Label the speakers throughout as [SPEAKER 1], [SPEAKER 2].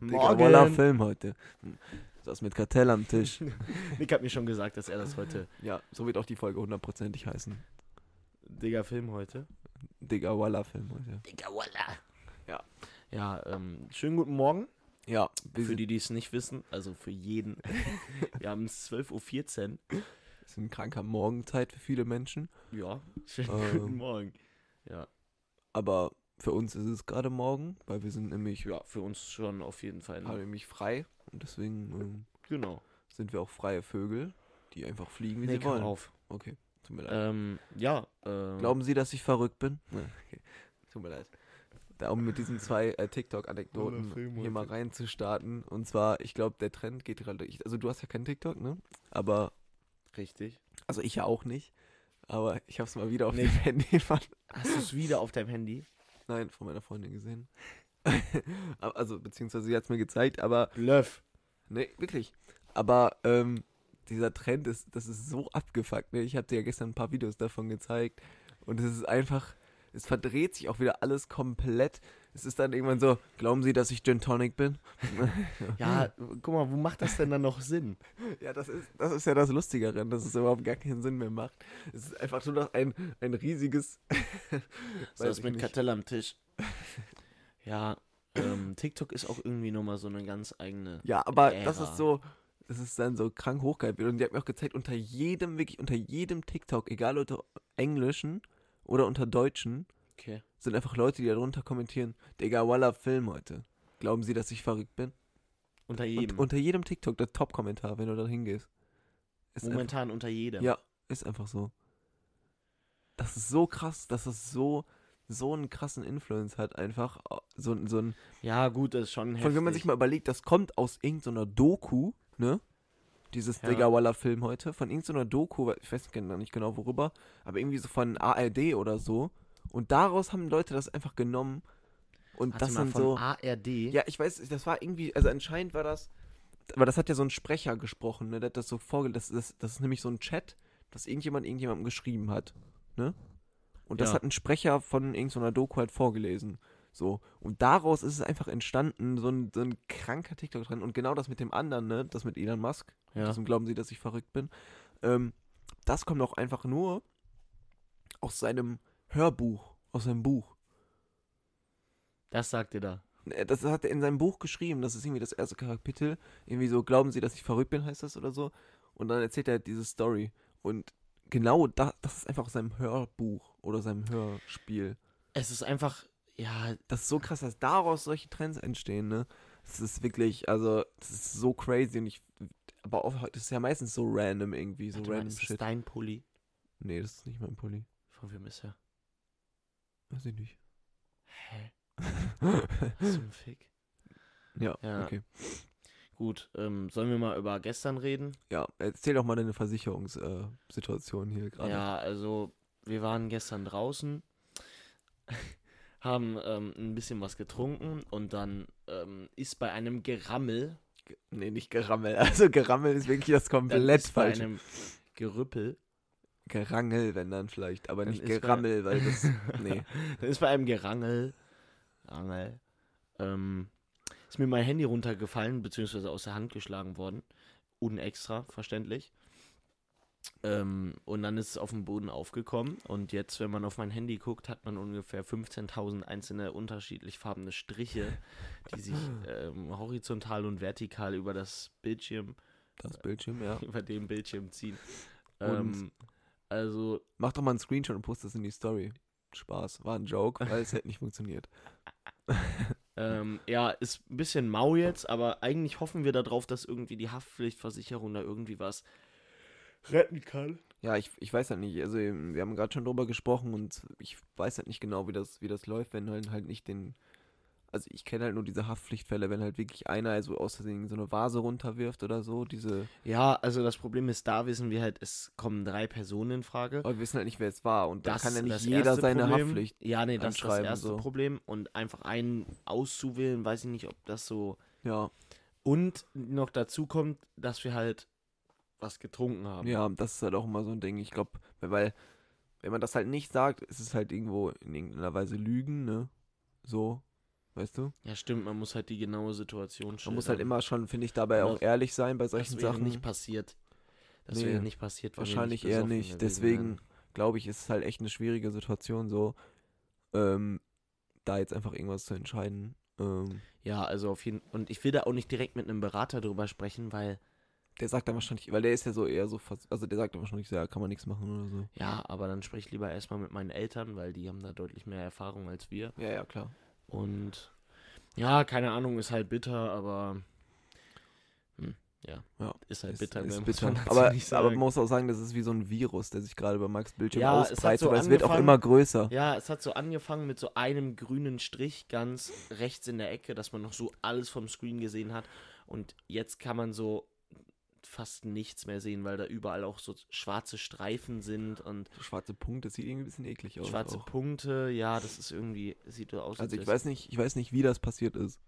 [SPEAKER 1] Digga, Walla Film heute. Saß mit Kartell am Tisch.
[SPEAKER 2] Nick hat mir schon gesagt, dass er das heute.
[SPEAKER 1] Ja, so wird auch die Folge hundertprozentig heißen.
[SPEAKER 2] Digga, Film heute.
[SPEAKER 1] Digga, Walla Film heute.
[SPEAKER 2] Digga, Walla. Ja. Ja, ähm, schönen guten Morgen.
[SPEAKER 1] Ja, wir
[SPEAKER 2] Für
[SPEAKER 1] sind,
[SPEAKER 2] die, die es nicht wissen, also für jeden. Wir haben es 12.14
[SPEAKER 1] sind krank am Morgenzeit für viele Menschen.
[SPEAKER 2] Uhr. Ja, schönen
[SPEAKER 1] Ähm.
[SPEAKER 2] guten Morgen. Ja.
[SPEAKER 1] Aber für uns ist es gerade morgen, weil wir sind nämlich, ja,
[SPEAKER 2] ja, für uns schon auf jeden Fall.
[SPEAKER 1] haben nämlich frei. Und deswegen ähm,
[SPEAKER 2] Genau.
[SPEAKER 1] sind wir auch freie Vögel, die einfach fliegen, wie
[SPEAKER 2] Nee,
[SPEAKER 1] sie
[SPEAKER 2] hör
[SPEAKER 1] wollen.
[SPEAKER 2] auf.
[SPEAKER 1] Okay, tut mir leid.
[SPEAKER 2] Ähm, ja. Ähm,
[SPEAKER 1] Glauben Sie, dass ich verrückt bin? Nein, Hm. okay. Tut mir leid. Da, um mit diesen zwei äh, TikTok-Anekdoten
[SPEAKER 2] Toller Film
[SPEAKER 1] hier mal
[SPEAKER 2] heute.
[SPEAKER 1] reinzustarten. Und zwar, ich glaube, der Trend geht gerade. ich- Also, du hast ja kein TikTok, ne? Aber,
[SPEAKER 2] Richtig.
[SPEAKER 1] also ich ja auch nicht. Aber ich hab's mal wieder auf
[SPEAKER 2] Nee.
[SPEAKER 1] dem Handy. Mann.
[SPEAKER 2] Hast du es wieder auf deinem Handy?
[SPEAKER 1] Nein, von meiner Freundin gesehen. Aber- also, beziehungsweise sie hat's mir gezeigt, aber.
[SPEAKER 2] Löff.
[SPEAKER 1] Nee, wirklich. Aber, ähm, dieser Trend ist, das ist so abgefuckt, ne? Ich hab dir ja gestern ein paar Videos davon gezeigt. Und es ist einfach. Es verdreht sich auch wieder alles komplett. Es ist dann irgendwann so, glauben Sie, dass ich Gin Tonic bin?
[SPEAKER 2] Ja, guck mal, wo macht das denn dann noch Sinn?
[SPEAKER 1] Ja, das ist, das ist ja das Lustigere, dass es überhaupt gar keinen Sinn mehr macht. Es ist einfach nur noch ein, ein riesiges.
[SPEAKER 2] So
[SPEAKER 1] Weiß
[SPEAKER 2] ist
[SPEAKER 1] ich
[SPEAKER 2] mit
[SPEAKER 1] nicht.
[SPEAKER 2] Kartell am Tisch. ja, ähm, TikTok ist auch irgendwie nochmal so eine ganz eigene.
[SPEAKER 1] Ja, aber das
[SPEAKER 2] Ära.
[SPEAKER 1] ist so, das ist dann so krank hochgeil. Und die hat mir auch gezeigt, unter jedem, wirklich unter jedem TikTok, egal unter englischen oder unter deutschen,
[SPEAKER 2] Okay.
[SPEAKER 1] sind einfach Leute, die darunter kommentieren, Digga, Walla, Film heute. Glauben Sie, dass ich verrückt bin?
[SPEAKER 2] Unter
[SPEAKER 1] Und
[SPEAKER 2] jedem.
[SPEAKER 1] unter jedem TikTok, der Top-Kommentar, wenn du da hingehst. Ist einfach-
[SPEAKER 2] Momentan unter jedem.
[SPEAKER 1] Ja, ist einfach so. Das ist so krass, dass das so so einen krassen Influence hat einfach äh, so ein- so ein
[SPEAKER 2] Ja, gut, das ist schon heftig.
[SPEAKER 1] von wenn man sich mal überlegt, das kommt aus irgendeiner Doku, ne? Dieses
[SPEAKER 2] Ja.
[SPEAKER 1] Digawalla Film heute von irgendeiner Doku, weil- ich weiß gar nicht genau worüber, aber irgendwie so von ARD oder so und daraus haben Leute das einfach genommen und
[SPEAKER 2] Warte
[SPEAKER 1] das
[SPEAKER 2] mal,
[SPEAKER 1] sind
[SPEAKER 2] von
[SPEAKER 1] so
[SPEAKER 2] ARD.
[SPEAKER 1] ja, ich weiß, das war irgendwie, also anscheinend war das, aber das hat ja so ein Sprecher gesprochen, ne? Der hat das so vorgelesen. Das, das, das ist nämlich so ein Chat, das irgendjemand irgendjemandem geschrieben hat, ne? Und das
[SPEAKER 2] Ja.
[SPEAKER 1] hat ein Sprecher von irgendeiner Doku halt vorgelesen. So. Und daraus ist es einfach entstanden, so ein, so ein kranker TikTok drin. Und genau das mit dem anderen, ne? Das mit Elon Musk.
[SPEAKER 2] Ja.
[SPEAKER 1] Deswegen glauben sie, dass ich verrückt bin. Ähm, das kommt auch einfach nur aus seinem Hörbuch, aus seinem Buch.
[SPEAKER 2] Das sagt ihr da.
[SPEAKER 1] Äh, Das hat er in seinem Buch geschrieben, das ist irgendwie das erste Kapitel. Irgendwie so, glauben Sie, dass ich verrückt bin, heißt das oder so. Und dann erzählt er halt diese Story. Und genau da, das ist einfach aus seinem Hörbuch oder seinem Hörspiel.
[SPEAKER 2] Es ist einfach, ja,
[SPEAKER 1] Das ist so krass, dass daraus solche Trends entstehen, ne? Das ist wirklich, also, das ist so crazy und ich. Aber auch, das ist ja meistens so random irgendwie, so
[SPEAKER 2] warte mal,
[SPEAKER 1] random
[SPEAKER 2] ist das
[SPEAKER 1] shit.
[SPEAKER 2] dein Pulli?
[SPEAKER 1] Nee, das ist nicht mein Pulli.
[SPEAKER 2] Von wem ist er?
[SPEAKER 1] Weiß ich nicht.
[SPEAKER 2] Hä? Was zum Fick?
[SPEAKER 1] ja,
[SPEAKER 2] Ja.
[SPEAKER 1] okay.
[SPEAKER 2] Gut, ähm, sollen wir mal über gestern reden?
[SPEAKER 1] Ja, erzähl doch mal deine Versicherungssituation äh, hier gerade.
[SPEAKER 2] Ja, also wir waren gestern draußen, haben ähm, ein bisschen was getrunken und dann ähm, ist bei einem Gerammel,
[SPEAKER 1] Nee, nicht Gerammel. Also Gerammel ist wirklich das
[SPEAKER 2] dann
[SPEAKER 1] komplett
[SPEAKER 2] ist bei
[SPEAKER 1] falsche.
[SPEAKER 2] einem Gerüppel,
[SPEAKER 1] Gerangel, wenn dann vielleicht, aber
[SPEAKER 2] Dann
[SPEAKER 1] nicht
[SPEAKER 2] ist bei-
[SPEAKER 1] Gerammel, weil das. Nee.
[SPEAKER 2] dann ist bei einem Gerangel, Rangel, ähm, ist mir mein Handy runtergefallen, beziehungsweise aus der Hand geschlagen worden. Unextra, verständlich. Ähm, und dann ist es auf dem Boden aufgekommen. Und jetzt, wenn man auf mein Handy guckt, hat man ungefähr 15.000 einzelne unterschiedlich farbene Striche, die sich ähm, horizontal und vertikal über das Bildschirm,
[SPEAKER 1] Das Bildschirm, ja.
[SPEAKER 2] über dem Bildschirm ziehen.
[SPEAKER 1] Und-
[SPEAKER 2] Ähm, also,
[SPEAKER 1] Mach doch mal einen Screenshot und post das in die Story. Spaß. War ein Joke, weil es hätte nicht funktioniert.
[SPEAKER 2] Ähm, ja, ist ein bisschen mau jetzt, aber eigentlich hoffen wir darauf, dass irgendwie die Haftpflichtversicherung da irgendwie was retten kann.
[SPEAKER 1] Ja, ich, ich weiß halt nicht. Also, wir haben gerade schon drüber gesprochen und ich weiß halt nicht genau, wie das, wie das läuft, wenn halt, halt nicht den. Also, ich kenne halt nur diese Haftpflichtfälle, wenn halt wirklich einer so aus Versehen so eine Vase runterwirft oder so. Diese.
[SPEAKER 2] Ja, also das Problem ist, da wissen wir halt, es kommen drei Personen in Frage.
[SPEAKER 1] Aber wir wissen halt nicht, wer es war. Und da
[SPEAKER 2] Das
[SPEAKER 1] kann ja nicht
[SPEAKER 2] das
[SPEAKER 1] jeder
[SPEAKER 2] erste
[SPEAKER 1] seine
[SPEAKER 2] Problem.
[SPEAKER 1] Haftpflicht.
[SPEAKER 2] Ja, nee, das ist das
[SPEAKER 1] anschreiben,
[SPEAKER 2] erste
[SPEAKER 1] so.
[SPEAKER 2] Problem. Und einfach einen auszuwählen, weiß ich nicht, ob das so.
[SPEAKER 1] Ja.
[SPEAKER 2] Und noch dazu kommt, dass wir halt was getrunken haben.
[SPEAKER 1] Ja, das ist halt auch immer so ein Ding. Ich glaube, weil, wenn man das halt nicht sagt, ist es halt irgendwo in irgendeiner Weise Lügen, ne? So. weißt du?
[SPEAKER 2] Ja, stimmt, man muss halt die genaue Situation
[SPEAKER 1] Man muss halt immer schon, finde ich, dabei auch
[SPEAKER 2] Aber
[SPEAKER 1] ehrlich sein bei
[SPEAKER 2] solche
[SPEAKER 1] solchen Sachen.
[SPEAKER 2] nicht passiert. Das
[SPEAKER 1] Nee,
[SPEAKER 2] wäre nicht passiert, wenn wir
[SPEAKER 1] wahrscheinlich eher
[SPEAKER 2] besoffen
[SPEAKER 1] nicht.
[SPEAKER 2] gewesen
[SPEAKER 1] Deswegen
[SPEAKER 2] wären.
[SPEAKER 1] glaube ich, ist es halt echt eine schwierige Situation, so ähm, da jetzt einfach irgendwas zu entscheiden. Ähm,
[SPEAKER 2] Ja, also auf jeden Und ich will da auch nicht direkt mit einem Berater drüber sprechen, weil,
[SPEAKER 1] der sagt dann wahrscheinlich, weil der ist ja so eher so, vers- also der sagt dann wahrscheinlich, so, ja, kann man nichts machen oder so.
[SPEAKER 2] ja, aber dann sprich lieber erstmal mit meinen Eltern, weil die haben da deutlich mehr Erfahrung als wir.
[SPEAKER 1] Ja, ja, klar.
[SPEAKER 2] Und ja, keine Ahnung, ist halt bitter, aber hm, ja.
[SPEAKER 1] Ja,
[SPEAKER 2] Ist halt
[SPEAKER 1] Ist-
[SPEAKER 2] bitter,
[SPEAKER 1] ist
[SPEAKER 2] mehr muss
[SPEAKER 1] bitter.
[SPEAKER 2] man dazu
[SPEAKER 1] Aber,
[SPEAKER 2] nicht
[SPEAKER 1] aber
[SPEAKER 2] sagen.
[SPEAKER 1] man muss auch sagen, das ist wie so ein Virus, der sich gerade über Max Bildschirm
[SPEAKER 2] Ja, es hat
[SPEAKER 1] ausbreitet.
[SPEAKER 2] so
[SPEAKER 1] oder es wird auch
[SPEAKER 2] angefangen-
[SPEAKER 1] immer größer.
[SPEAKER 2] Ja, es hat so angefangen mit so einem grünen Strich ganz rechts in der Ecke, dass man noch so alles vom Screen gesehen hat. Und jetzt kann man so fast nichts mehr sehen, weil da überall auch so schwarze Streifen sind und
[SPEAKER 1] So Schwarze Punkte, das sieht irgendwie ein bisschen eklig aus.
[SPEAKER 2] schwarze
[SPEAKER 1] auch.
[SPEAKER 2] Punkte. Ja, das ist irgendwie, sieht so aus.
[SPEAKER 1] Also
[SPEAKER 2] als
[SPEAKER 1] ich
[SPEAKER 2] wär's-
[SPEAKER 1] weiß nicht, ich weiß nicht, wie das passiert ist.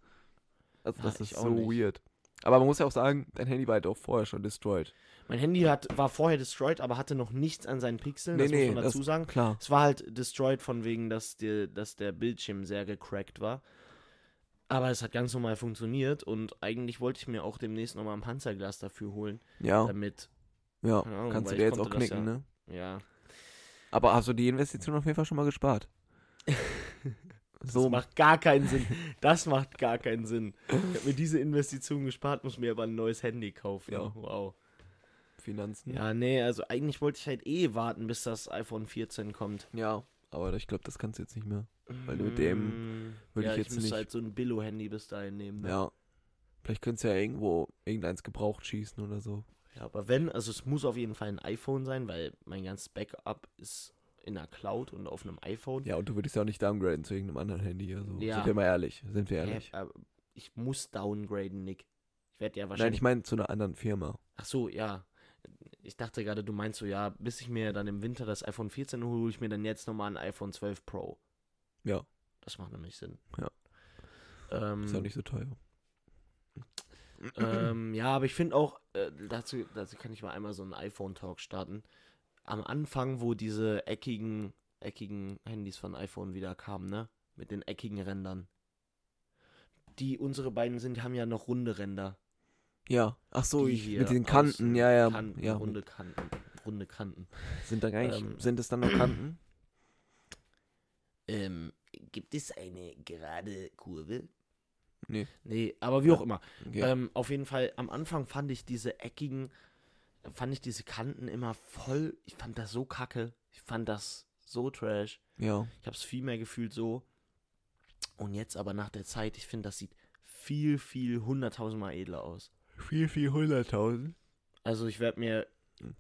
[SPEAKER 1] Also
[SPEAKER 2] Ja,
[SPEAKER 1] das ist
[SPEAKER 2] ich auch
[SPEAKER 1] so
[SPEAKER 2] nicht.
[SPEAKER 1] weird. Aber man muss ja auch sagen, dein Handy war ja auch vorher schon destroyed.
[SPEAKER 2] Mein Handy hat, war vorher destroyed, aber hatte noch nichts an seinen Pixeln, das muss man dazu
[SPEAKER 1] das,
[SPEAKER 2] sagen.
[SPEAKER 1] Klar.
[SPEAKER 2] Es war halt destroyed von wegen, dass, die, dass der Bildschirm sehr gecrackt war. Aber es hat ganz normal funktioniert und eigentlich wollte ich mir auch demnächst nochmal ein Panzerglas dafür holen,
[SPEAKER 1] Ja,
[SPEAKER 2] damit,
[SPEAKER 1] ja.
[SPEAKER 2] Ähm, keine Ahnung,
[SPEAKER 1] Kannst du
[SPEAKER 2] weil
[SPEAKER 1] dir
[SPEAKER 2] ich
[SPEAKER 1] jetzt auch
[SPEAKER 2] konnte das
[SPEAKER 1] knicken,
[SPEAKER 2] ja-
[SPEAKER 1] ne?
[SPEAKER 2] ja.
[SPEAKER 1] Aber hast du die Investition auf jeden Fall schon mal gespart?
[SPEAKER 2] Das
[SPEAKER 1] so,
[SPEAKER 2] macht gar keinen Sinn. Das macht gar keinen Sinn. Ich habe mir diese Investition gespart, muss mir aber ein neues Handy kaufen.
[SPEAKER 1] Ja.
[SPEAKER 2] Wow.
[SPEAKER 1] Finanzen.
[SPEAKER 2] Ja, nee, also eigentlich wollte ich halt eh warten, bis das iPhone 14 kommt.
[SPEAKER 1] Ja, aber ich glaube, das kannst du jetzt nicht mehr. Weil mit dem
[SPEAKER 2] Mm,
[SPEAKER 1] würde
[SPEAKER 2] ja,
[SPEAKER 1] ich jetzt
[SPEAKER 2] ich müsste
[SPEAKER 1] nicht-
[SPEAKER 2] halt so ein Billo-Handy bis dahin nehmen. ne?
[SPEAKER 1] Ja. Vielleicht könntest du ja irgendwo irgendeins gebraucht schießen oder so.
[SPEAKER 2] Ja, aber wenn, also es muss auf jeden Fall ein iPhone sein, weil mein ganzes Backup ist in der Cloud und auf einem iPhone.
[SPEAKER 1] Ja, und du würdest ja auch nicht downgraden zu irgendeinem anderen Handy. Also,
[SPEAKER 2] Ja.
[SPEAKER 1] Sind wir mal ehrlich. Sind wir
[SPEAKER 2] Hä,
[SPEAKER 1] ehrlich.
[SPEAKER 2] Äh, aber ich muss downgraden, Nick. Ich werde ja
[SPEAKER 1] Nein,
[SPEAKER 2] wahrscheinlich.
[SPEAKER 1] ich meine zu einer anderen Firma.
[SPEAKER 2] Ach so, ja. Ich dachte gerade, du meinst so, ja, bis ich mir dann im Winter das iPhone 14 hole, hole ich mir dann jetzt nochmal ein iPhone 12 Pro.
[SPEAKER 1] Ja.
[SPEAKER 2] Das macht nämlich Sinn.
[SPEAKER 1] Ja.
[SPEAKER 2] Ähm,
[SPEAKER 1] Ist ja auch nicht so teuer.
[SPEAKER 2] Ähm, ja, aber ich finde auch, äh, dazu, dazu kann ich mal einmal so einen iPhone-Talk starten. Am Anfang, wo diese eckigen, eckigen Handys von iPhone wieder kamen, ne? Mit den eckigen Rändern. Die unsere beiden sind, haben ja noch runde Ränder.
[SPEAKER 1] Ja. Ach so,
[SPEAKER 2] Die
[SPEAKER 1] ich,
[SPEAKER 2] hier
[SPEAKER 1] mit den
[SPEAKER 2] aus-
[SPEAKER 1] Kanten. Ja, ja.
[SPEAKER 2] Kanten,
[SPEAKER 1] ja.
[SPEAKER 2] runde Kanten. Runde Kanten.
[SPEAKER 1] Sind, da gar nicht,
[SPEAKER 2] Ähm,
[SPEAKER 1] sind es dann noch Kanten?
[SPEAKER 2] Ähm, gibt es eine gerade Kurve?
[SPEAKER 1] Nee.
[SPEAKER 2] Nee, aber wie auch immer.
[SPEAKER 1] Okay.
[SPEAKER 2] Ähm, auf jeden Fall, am Anfang fand ich diese eckigen, fand ich diese Kanten immer voll. Ich fand das so kacke. Ich fand das so trash.
[SPEAKER 1] ja.
[SPEAKER 2] Ich habe es viel mehr gefühlt so. Und jetzt aber nach der Zeit, ich finde, das sieht viel, viel hunderttausendmal edler aus.
[SPEAKER 1] Viel, viel hunderttausend.
[SPEAKER 2] Also ich werde mir,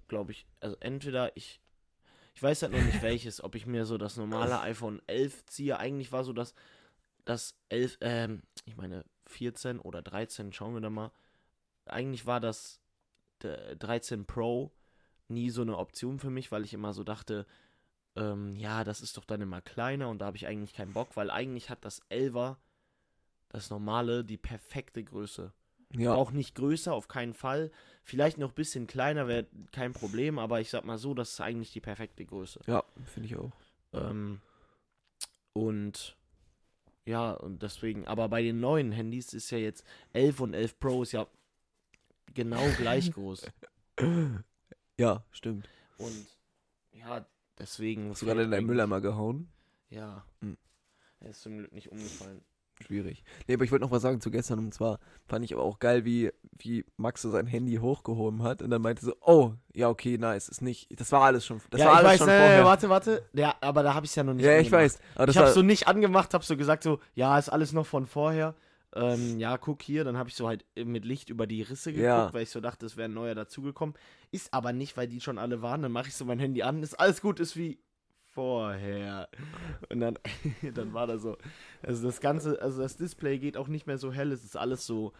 [SPEAKER 2] glaube ich, also entweder ich, ich weiß halt noch nicht welches, ob ich mir so das normale iPhone 11 ziehe. Eigentlich war so das, das 11, ähm, ich meine 14 oder 13, schauen wir da mal. Eigentlich war das der 13 Pro nie so eine Option für mich, weil ich immer so dachte, ähm, ja, das ist doch dann immer kleiner und da habe ich eigentlich keinen Bock, weil eigentlich hat das 11er, das normale, die perfekte Größe.
[SPEAKER 1] Ja.
[SPEAKER 2] Auch nicht größer, auf keinen Fall. Vielleicht noch ein bisschen kleiner wäre kein Problem, aber ich sag mal so, das ist eigentlich die perfekte Größe.
[SPEAKER 1] Ja, finde ich auch.
[SPEAKER 2] Ähm, und ja, und deswegen, aber bei den neuen Handys ist ja jetzt 11 und 11 Pro ist ja genau gleich groß.
[SPEAKER 1] Ja, stimmt.
[SPEAKER 2] Und ja, deswegen.
[SPEAKER 1] Hast du gerade in deinen Mülleimer gehauen?
[SPEAKER 2] Ja.
[SPEAKER 1] Hm.
[SPEAKER 2] Er ist zum Glück nicht umgefallen.
[SPEAKER 1] Schwierig. Nee, aber ich wollte noch was sagen zu gestern. Und zwar fand ich aber auch geil, wie, wie Max so sein Handy hochgehoben hat. Und dann meinte so, oh, ja, okay, nice. Ist nicht, das war alles schon, das
[SPEAKER 2] ja,
[SPEAKER 1] war
[SPEAKER 2] ich
[SPEAKER 1] alles
[SPEAKER 2] weiß,
[SPEAKER 1] schon
[SPEAKER 2] äh,
[SPEAKER 1] vorher.
[SPEAKER 2] warte, warte. Ja, aber da habe ich ja noch nicht
[SPEAKER 1] ja, ich
[SPEAKER 2] angemacht.
[SPEAKER 1] weiß. Aber das
[SPEAKER 2] ich hab's
[SPEAKER 1] war,
[SPEAKER 2] so nicht angemacht, hab so gesagt, so, ja, ist alles noch von vorher. Ähm, ja, guck hier, dann habe ich so halt mit Licht über die Risse geguckt,
[SPEAKER 1] Ja.
[SPEAKER 2] weil ich so dachte, es wäre ein neuer dazugekommen. Ist aber nicht, weil die schon alle waren. Dann mache ich so mein Handy an, ist alles gut, ist wie vorher. Und dann, dann war da so, also das ganze, also das Display geht auch nicht mehr so hell, es ist alles so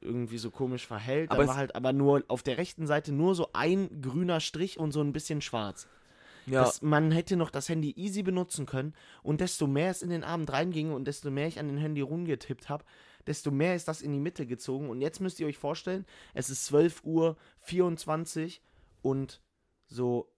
[SPEAKER 2] irgendwie so komisch verhellt.
[SPEAKER 1] Aber
[SPEAKER 2] Aber
[SPEAKER 1] es-
[SPEAKER 2] war halt aber nur auf der rechten Seite nur so ein grüner Strich und so ein bisschen schwarz.
[SPEAKER 1] ja,
[SPEAKER 2] Dass man hätte noch das Handy easy benutzen können und desto mehr es in den Abend reinging und desto mehr ich an den Handy rumgetippt habe, desto mehr ist das in die Mitte gezogen. Und jetzt müsst ihr euch vorstellen, es ist 12 Uhr 24 und so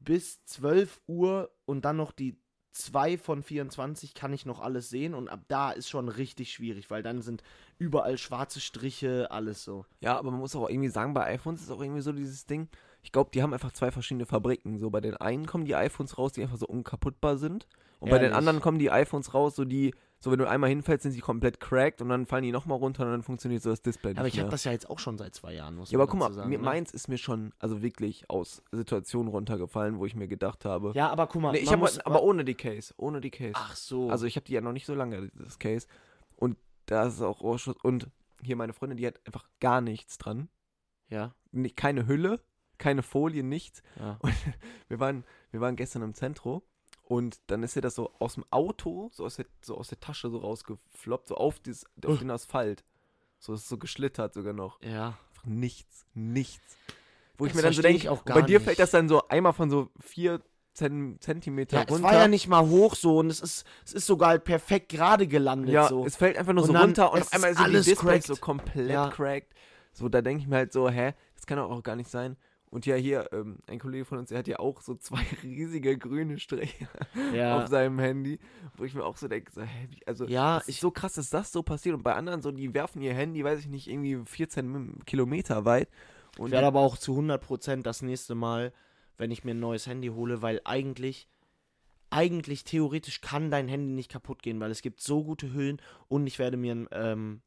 [SPEAKER 2] bis 12 Uhr und dann noch die zwei von 24 kann ich noch alles sehen und ab da ist schon richtig schwierig, weil dann sind überall schwarze Striche, alles so.
[SPEAKER 1] Ja, aber man muss auch irgendwie sagen, bei iPhones ist auch irgendwie so dieses Ding. Ich glaube, die haben einfach zwei verschiedene Fabriken. So bei den einen kommen die iPhones raus, die einfach so unkaputtbar sind. Und bei den
[SPEAKER 2] Ehrlich?
[SPEAKER 1] anderen kommen die iPhones raus, so die, so wenn du einmal hinfällst, sind sie komplett cracked und dann fallen die nochmal runter und dann funktioniert so das Display nicht
[SPEAKER 2] Aber ich
[SPEAKER 1] mehr.
[SPEAKER 2] habe das ja jetzt auch schon seit zwei Jahren, muss
[SPEAKER 1] ja,
[SPEAKER 2] man
[SPEAKER 1] aber guck mal,
[SPEAKER 2] dazu sagen,
[SPEAKER 1] mir,
[SPEAKER 2] ne?
[SPEAKER 1] meins ist mir schon, also wirklich aus Situationen runtergefallen, wo ich mir gedacht habe.
[SPEAKER 2] Ja, aber guck mal,
[SPEAKER 1] nee, ich
[SPEAKER 2] man
[SPEAKER 1] hab,
[SPEAKER 2] muss,
[SPEAKER 1] aber ohne die Case, ohne die Case.
[SPEAKER 2] ach so.
[SPEAKER 1] Also ich habe die ja noch nicht so lange, das Case. Und da ist auch Ohrschuss. Und hier meine Freundin, die hat einfach gar nichts dran.
[SPEAKER 2] ja,
[SPEAKER 1] Nee, keine Hülle, keine Folie, nichts.
[SPEAKER 2] ja.
[SPEAKER 1] Und wir waren, wir waren gestern im Zentro und dann ist ihr das so aus dem Auto, so aus der, so aus der Tasche so rausgefloppt, so auf, dieses, auf den Asphalt. So ist es so geschlittert sogar noch.
[SPEAKER 2] ja.
[SPEAKER 1] Einfach nichts, nichts. Wo ich
[SPEAKER 2] Das
[SPEAKER 1] mir dann so
[SPEAKER 2] versteh
[SPEAKER 1] denke,
[SPEAKER 2] ich auch
[SPEAKER 1] bei
[SPEAKER 2] gar
[SPEAKER 1] dir
[SPEAKER 2] nicht.
[SPEAKER 1] fällt das dann so einmal von so vier Zen- Zentimeter
[SPEAKER 2] Ja, es
[SPEAKER 1] runter.
[SPEAKER 2] war ja nicht mal hoch so und es ist, es ist sogar halt perfekt gerade gelandet
[SPEAKER 1] Ja,
[SPEAKER 2] so.
[SPEAKER 1] es fällt einfach nur
[SPEAKER 2] Und
[SPEAKER 1] so
[SPEAKER 2] dann
[SPEAKER 1] runter und
[SPEAKER 2] ist
[SPEAKER 1] auf einmal ist so die
[SPEAKER 2] alles
[SPEAKER 1] Display
[SPEAKER 2] cracked.
[SPEAKER 1] so komplett
[SPEAKER 2] Ja.
[SPEAKER 1] cracked. So, da denke ich mir halt so, hä, das kann doch auch gar nicht sein. Und ja, hier, ähm, ein Kollege von uns, der hat ja auch so zwei riesige grüne Striche
[SPEAKER 2] ja.
[SPEAKER 1] auf seinem Handy, wo ich mir auch so denke, so, hä, wie, also,
[SPEAKER 2] Ja,
[SPEAKER 1] das ist so krass, dass das so passiert. Und bei anderen so, die werfen ihr Handy, weiß ich nicht, irgendwie 14 Kilometer weit. Und
[SPEAKER 2] Ich werde aber auch zu 100% das nächste Mal, wenn ich mir ein neues Handy hole, weil eigentlich, eigentlich theoretisch kann dein Handy nicht kaputt gehen, weil es gibt so gute Hüllen und ich werde mir, ein, ähm,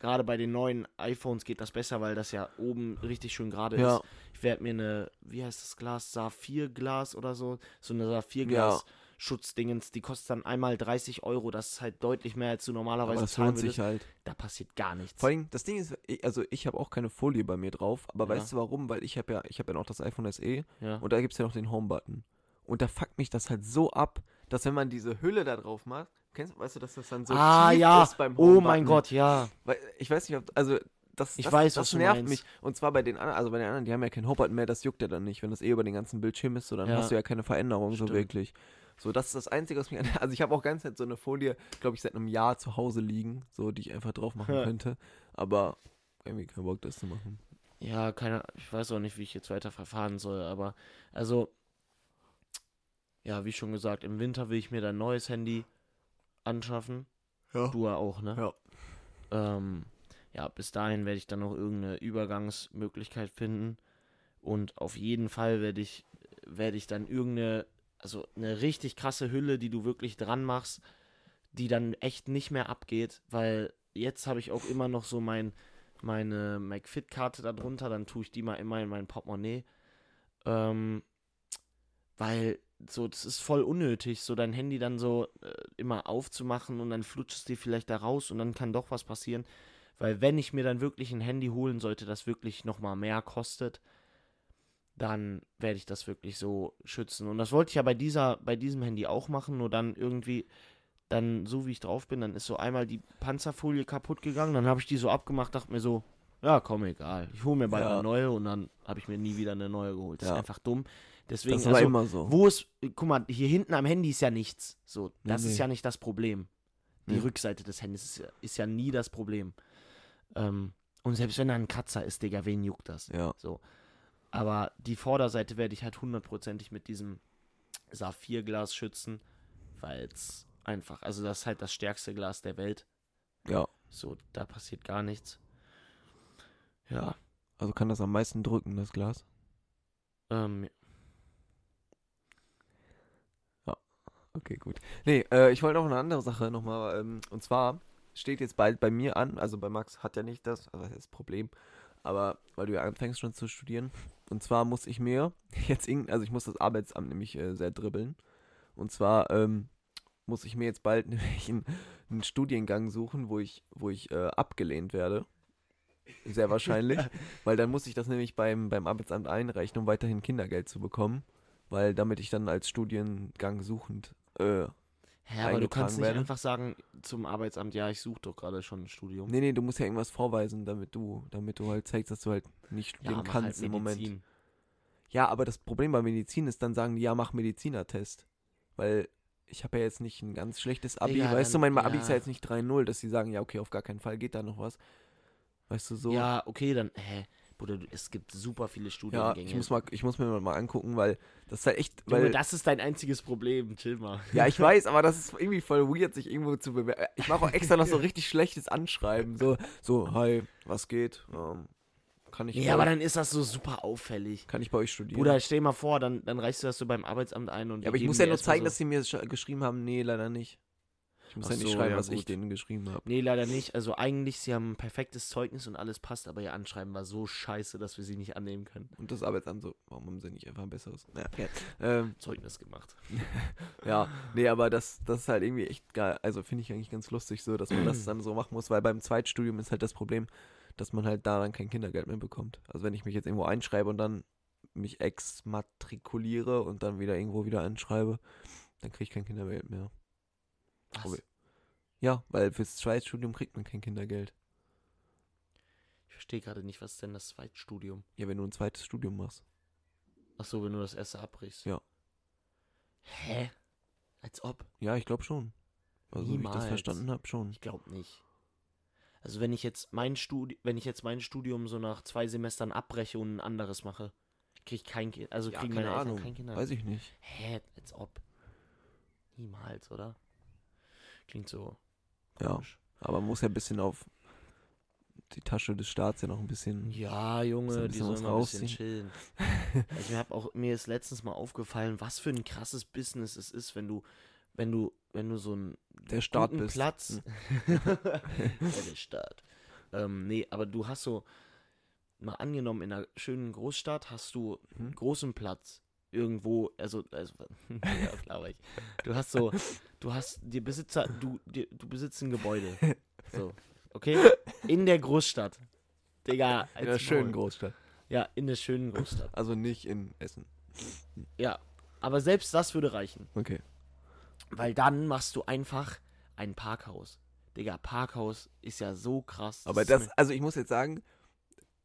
[SPEAKER 2] gerade bei den neuen iPhones geht das besser, weil das ja oben richtig schön gerade
[SPEAKER 1] Ja.
[SPEAKER 2] ist. Ich werde mir eine, wie heißt das Glas, Saphirglas oder so, so eine
[SPEAKER 1] Ja.
[SPEAKER 2] Saphirglas. Schutzdingens, die kostet dann einmal 30 Euro, das ist halt deutlich mehr, als du
[SPEAKER 1] aber
[SPEAKER 2] normalerweise
[SPEAKER 1] das
[SPEAKER 2] zahlen
[SPEAKER 1] lohnt
[SPEAKER 2] würdest.
[SPEAKER 1] sich halt.
[SPEAKER 2] Da passiert gar nichts.
[SPEAKER 1] Vor allem, das Ding ist, ich, also ich habe auch keine Folie bei mir drauf, aber
[SPEAKER 2] Ja.
[SPEAKER 1] weißt du warum? Weil ich habe ja, ich habe ja noch das iPhone SE
[SPEAKER 2] Ja.
[SPEAKER 1] Und da gibt es ja noch den Home-Button. Und da fuckt mich das halt so ab, dass wenn man diese Hülle da drauf macht, kennst, weißt du, dass das dann so
[SPEAKER 2] ah
[SPEAKER 1] tief
[SPEAKER 2] ja,
[SPEAKER 1] ist beim Home-Button.
[SPEAKER 2] oh mein Gott, ja.
[SPEAKER 1] Weil, ich weiß nicht, ob, also das,
[SPEAKER 2] Ich
[SPEAKER 1] das,
[SPEAKER 2] weiß,
[SPEAKER 1] das
[SPEAKER 2] was du
[SPEAKER 1] nervt
[SPEAKER 2] meinst.
[SPEAKER 1] mich. Und zwar bei den anderen, also bei den anderen, die haben ja keinen Home-Button mehr, das juckt ja dann nicht. Wenn das eh über den ganzen Bildschirm ist, so, dann
[SPEAKER 2] Ja.
[SPEAKER 1] hast du ja keine Veränderung so
[SPEAKER 2] Stimmt.
[SPEAKER 1] wirklich. So, das ist das Einzige, was mich an. Also ich habe auch ganz Zeit so eine Folie, glaube ich, seit einem Jahr zu Hause liegen, so die ich einfach drauf machen
[SPEAKER 2] Ja.
[SPEAKER 1] könnte. Aber irgendwie keinen Bock, das zu machen.
[SPEAKER 2] Ja, keine ich weiß auch nicht, wie ich jetzt weiter verfahren soll, aber also ja, wie schon gesagt, im Winter will ich mir dann ein neues Handy anschaffen.
[SPEAKER 1] Ja.
[SPEAKER 2] Du ja auch, ne?
[SPEAKER 1] Ja.
[SPEAKER 2] Ähm, ja, bis dahin werde ich dann noch irgendeine Übergangsmöglichkeit finden und auf jeden Fall werde ich werde ich dann irgendeine also eine richtig krasse Hülle, die du wirklich dran machst, die dann echt nicht mehr abgeht, weil jetzt habe ich auch immer noch so mein meine McFit-Karte darunter, dann tue ich die mal immer in mein Portemonnaie. Ähm, weil so, das ist voll unnötig, so dein Handy dann so äh, immer aufzumachen und dann flutscht es dir vielleicht da raus und dann kann doch was passieren. Weil wenn ich mir dann wirklich ein Handy holen sollte, das wirklich nochmal mehr kostet, dann werde ich das wirklich so schützen. Und das wollte ich ja bei dieser, bei diesem Handy auch machen, nur dann irgendwie, dann so wie ich drauf bin, dann ist so einmal die Panzerfolie kaputt gegangen, dann habe ich die so abgemacht, dachte mir so, ja, komm, egal. Ich hole mir bald
[SPEAKER 1] Ja.
[SPEAKER 2] eine neue und dann habe ich mir nie wieder eine neue geholt. Das
[SPEAKER 1] Ja.
[SPEAKER 2] ist einfach dumm. Deswegen,
[SPEAKER 1] Das ist aber
[SPEAKER 2] also,
[SPEAKER 1] immer so.
[SPEAKER 2] wo es, guck mal, hier hinten am Handy ist ja nichts. So,
[SPEAKER 1] Nee,
[SPEAKER 2] das
[SPEAKER 1] nee.
[SPEAKER 2] ist ja nicht das Problem. Die
[SPEAKER 1] Nee.
[SPEAKER 2] Rückseite des Handys ist ja, ist ja nie das Problem. Ähm, und selbst wenn da ein Kratzer ist, Digga, wen juckt das?
[SPEAKER 1] Ja.
[SPEAKER 2] So. Aber die Vorderseite werde ich halt hundertprozentig mit diesem Saphirglas schützen, weil es einfach, also das ist halt das stärkste Glas der Welt.
[SPEAKER 1] Ja.
[SPEAKER 2] So, da passiert gar nichts. Ja,
[SPEAKER 1] Also kann das am meisten drücken, das Glas.
[SPEAKER 2] ähm,
[SPEAKER 1] Okay, gut. Nee, äh, ich wollte noch eine andere Sache nochmal, ähm, und zwar steht jetzt bald bei mir an, also bei Max hat ja nicht das, also das ist das Problem, aber weil du ja anfängst schon zu studieren, und zwar muss ich mir jetzt irgend, also ich muss das Arbeitsamt nämlich äh, sehr dribbeln, und zwar ähm, muss ich mir jetzt bald nämlich einen, einen Studiengang suchen, wo ich, wo ich äh, abgelehnt werde. Sehr wahrscheinlich, weil dann muss ich das nämlich beim, beim Arbeitsamt einreichen, um weiterhin Kindergeld zu bekommen weil damit ich dann als Studiengang suchend, äh,
[SPEAKER 2] ja, aber du kannst
[SPEAKER 1] eingetragen
[SPEAKER 2] nicht
[SPEAKER 1] werde.
[SPEAKER 2] einfach sagen zum Arbeitsamt, ja, ich suche doch gerade schon ein Studium.
[SPEAKER 1] nee, nee, du musst ja irgendwas vorweisen, damit du, damit du halt zeigst, dass du halt nicht studieren
[SPEAKER 2] mach
[SPEAKER 1] kannst
[SPEAKER 2] halt
[SPEAKER 1] im Moment.
[SPEAKER 2] Medizin.
[SPEAKER 1] Ja, aber das Problem bei Medizin ist, dann sagen die, ja, mach Medizinertest, weil ich habe ja jetzt nicht ein ganz schlechtes Abi,
[SPEAKER 2] Digga,
[SPEAKER 1] weißt du,
[SPEAKER 2] dann-
[SPEAKER 1] mein Abi ist ja
[SPEAKER 2] ja.
[SPEAKER 1] jetzt nicht 3-0, dass sie sagen, ja, okay, auf gar keinen Fall geht da noch was, weißt du, so.
[SPEAKER 2] Ja, okay, dann, hä, Bruder, du- es gibt super viele
[SPEAKER 1] Ja,
[SPEAKER 2] Studiengänge.
[SPEAKER 1] ich muss, mal, ich muss mir mal angucken, weil das ist halt echt,
[SPEAKER 2] Junge,
[SPEAKER 1] weil,
[SPEAKER 2] das ist dein einziges Problem, chill mal.
[SPEAKER 1] ja, ich weiß, aber das ist irgendwie voll weird, sich irgendwo zu bewerben. Ich mache auch extra noch so richtig schlechtes Anschreiben, so, so, hi, was geht, ähm, kann ich,
[SPEAKER 2] Ja,
[SPEAKER 1] bei-
[SPEAKER 2] aber dann ist das so super auffällig.
[SPEAKER 1] kann ich bei euch studieren?
[SPEAKER 2] Bruder, stell dir mal vor, dann, dann reichst du das so beim Arbeitsamt ein und.
[SPEAKER 1] ja, aber ich muss ja nur zeigen, dass sie mir sch- geschrieben haben, nee, leider nicht. Ich muss
[SPEAKER 2] Ach
[SPEAKER 1] ja nicht
[SPEAKER 2] so,
[SPEAKER 1] schreiben,
[SPEAKER 2] ja,
[SPEAKER 1] was ich
[SPEAKER 2] gut.
[SPEAKER 1] denen geschrieben habe.
[SPEAKER 2] Nee, leider nicht. Also eigentlich, sie haben ein perfektes Zeugnis und alles passt, aber ihr Anschreiben war so scheiße, dass wir sie nicht annehmen können.
[SPEAKER 1] Und das Arbeitsamt so, warum haben sie nicht einfach ein besseres? Ja, ja. Ähm,
[SPEAKER 2] Zeugnis gemacht.
[SPEAKER 1] ja, nee, aber das, das ist halt irgendwie echt geil. Also finde ich eigentlich ganz lustig so, dass man das dann so machen muss, weil beim Zweitstudium ist halt das Problem, dass man halt da dann kein Kindergeld mehr bekommt. Also wenn ich mich jetzt irgendwo einschreibe und dann mich exmatrikuliere und dann wieder irgendwo wieder anschreibe, dann kriege ich kein Kindergeld mehr.
[SPEAKER 2] Was?
[SPEAKER 1] Aber- Ja, weil fürs Zweitstudium kriegt man kein Kindergeld.
[SPEAKER 2] Ich verstehe gerade nicht, was ist denn das Zweitstudium?
[SPEAKER 1] Ja, wenn du ein zweites Studium machst.
[SPEAKER 2] Achso, wenn du das erste abbrichst.
[SPEAKER 1] Ja.
[SPEAKER 2] Hä? Als ob?
[SPEAKER 1] Ja, ich glaube schon. Also wie ich das
[SPEAKER 2] Niemals.
[SPEAKER 1] verstanden habe, schon.
[SPEAKER 2] Ich glaube nicht. Also wenn ich jetzt mein Studi wenn ich jetzt mein Studium so nach zwei Semestern abbreche und ein anderes mache, krieg ich kein Kind. Also
[SPEAKER 1] Ja,
[SPEAKER 2] kriegen
[SPEAKER 1] keine
[SPEAKER 2] meine
[SPEAKER 1] Ahnung.
[SPEAKER 2] Eltern kein Kinder.
[SPEAKER 1] Weiß ich nicht.
[SPEAKER 2] Hä? Als ob. Niemals, oder? Klingt so.
[SPEAKER 1] Ja.
[SPEAKER 2] komisch.
[SPEAKER 1] Aber man muss ja ein bisschen auf die Tasche des Staats ja noch ein bisschen.
[SPEAKER 2] Ja,
[SPEAKER 1] Muss ein
[SPEAKER 2] Junge, die
[SPEAKER 1] bisschen
[SPEAKER 2] sollen
[SPEAKER 1] was
[SPEAKER 2] mal ein bisschen chillen. Also mir, hab auch, mir ist letztens mal aufgefallen, was für ein krasses Business es ist, wenn du, wenn du, wenn du so einen
[SPEAKER 1] Der Staat
[SPEAKER 2] guten
[SPEAKER 1] bist. Hm.
[SPEAKER 2] Platz. ja, der Staat. Ähm, nee, aber du hast so, mal angenommen, in einer schönen Großstadt hast du einen
[SPEAKER 1] Mhm.
[SPEAKER 2] großen Platz. Irgendwo, also, also ja, laber ich. du hast so, du hast, die Besitzer, du, die, du besitzt ein Gebäude. So, okay? In der Großstadt. Digga,
[SPEAKER 1] In einer
[SPEAKER 2] als
[SPEAKER 1] schönen
[SPEAKER 2] Maul.
[SPEAKER 1] Großstadt.
[SPEAKER 2] Ja, in der schönen Großstadt.
[SPEAKER 1] Also nicht in Essen.
[SPEAKER 2] Ja. Aber selbst das würde reichen.
[SPEAKER 1] Okay.
[SPEAKER 2] Weil dann machst du einfach ein Parkhaus. Digga, Parkhaus ist ja so krass.
[SPEAKER 1] Aber
[SPEAKER 2] ist
[SPEAKER 1] das,
[SPEAKER 2] mir-
[SPEAKER 1] also ich muss jetzt sagen,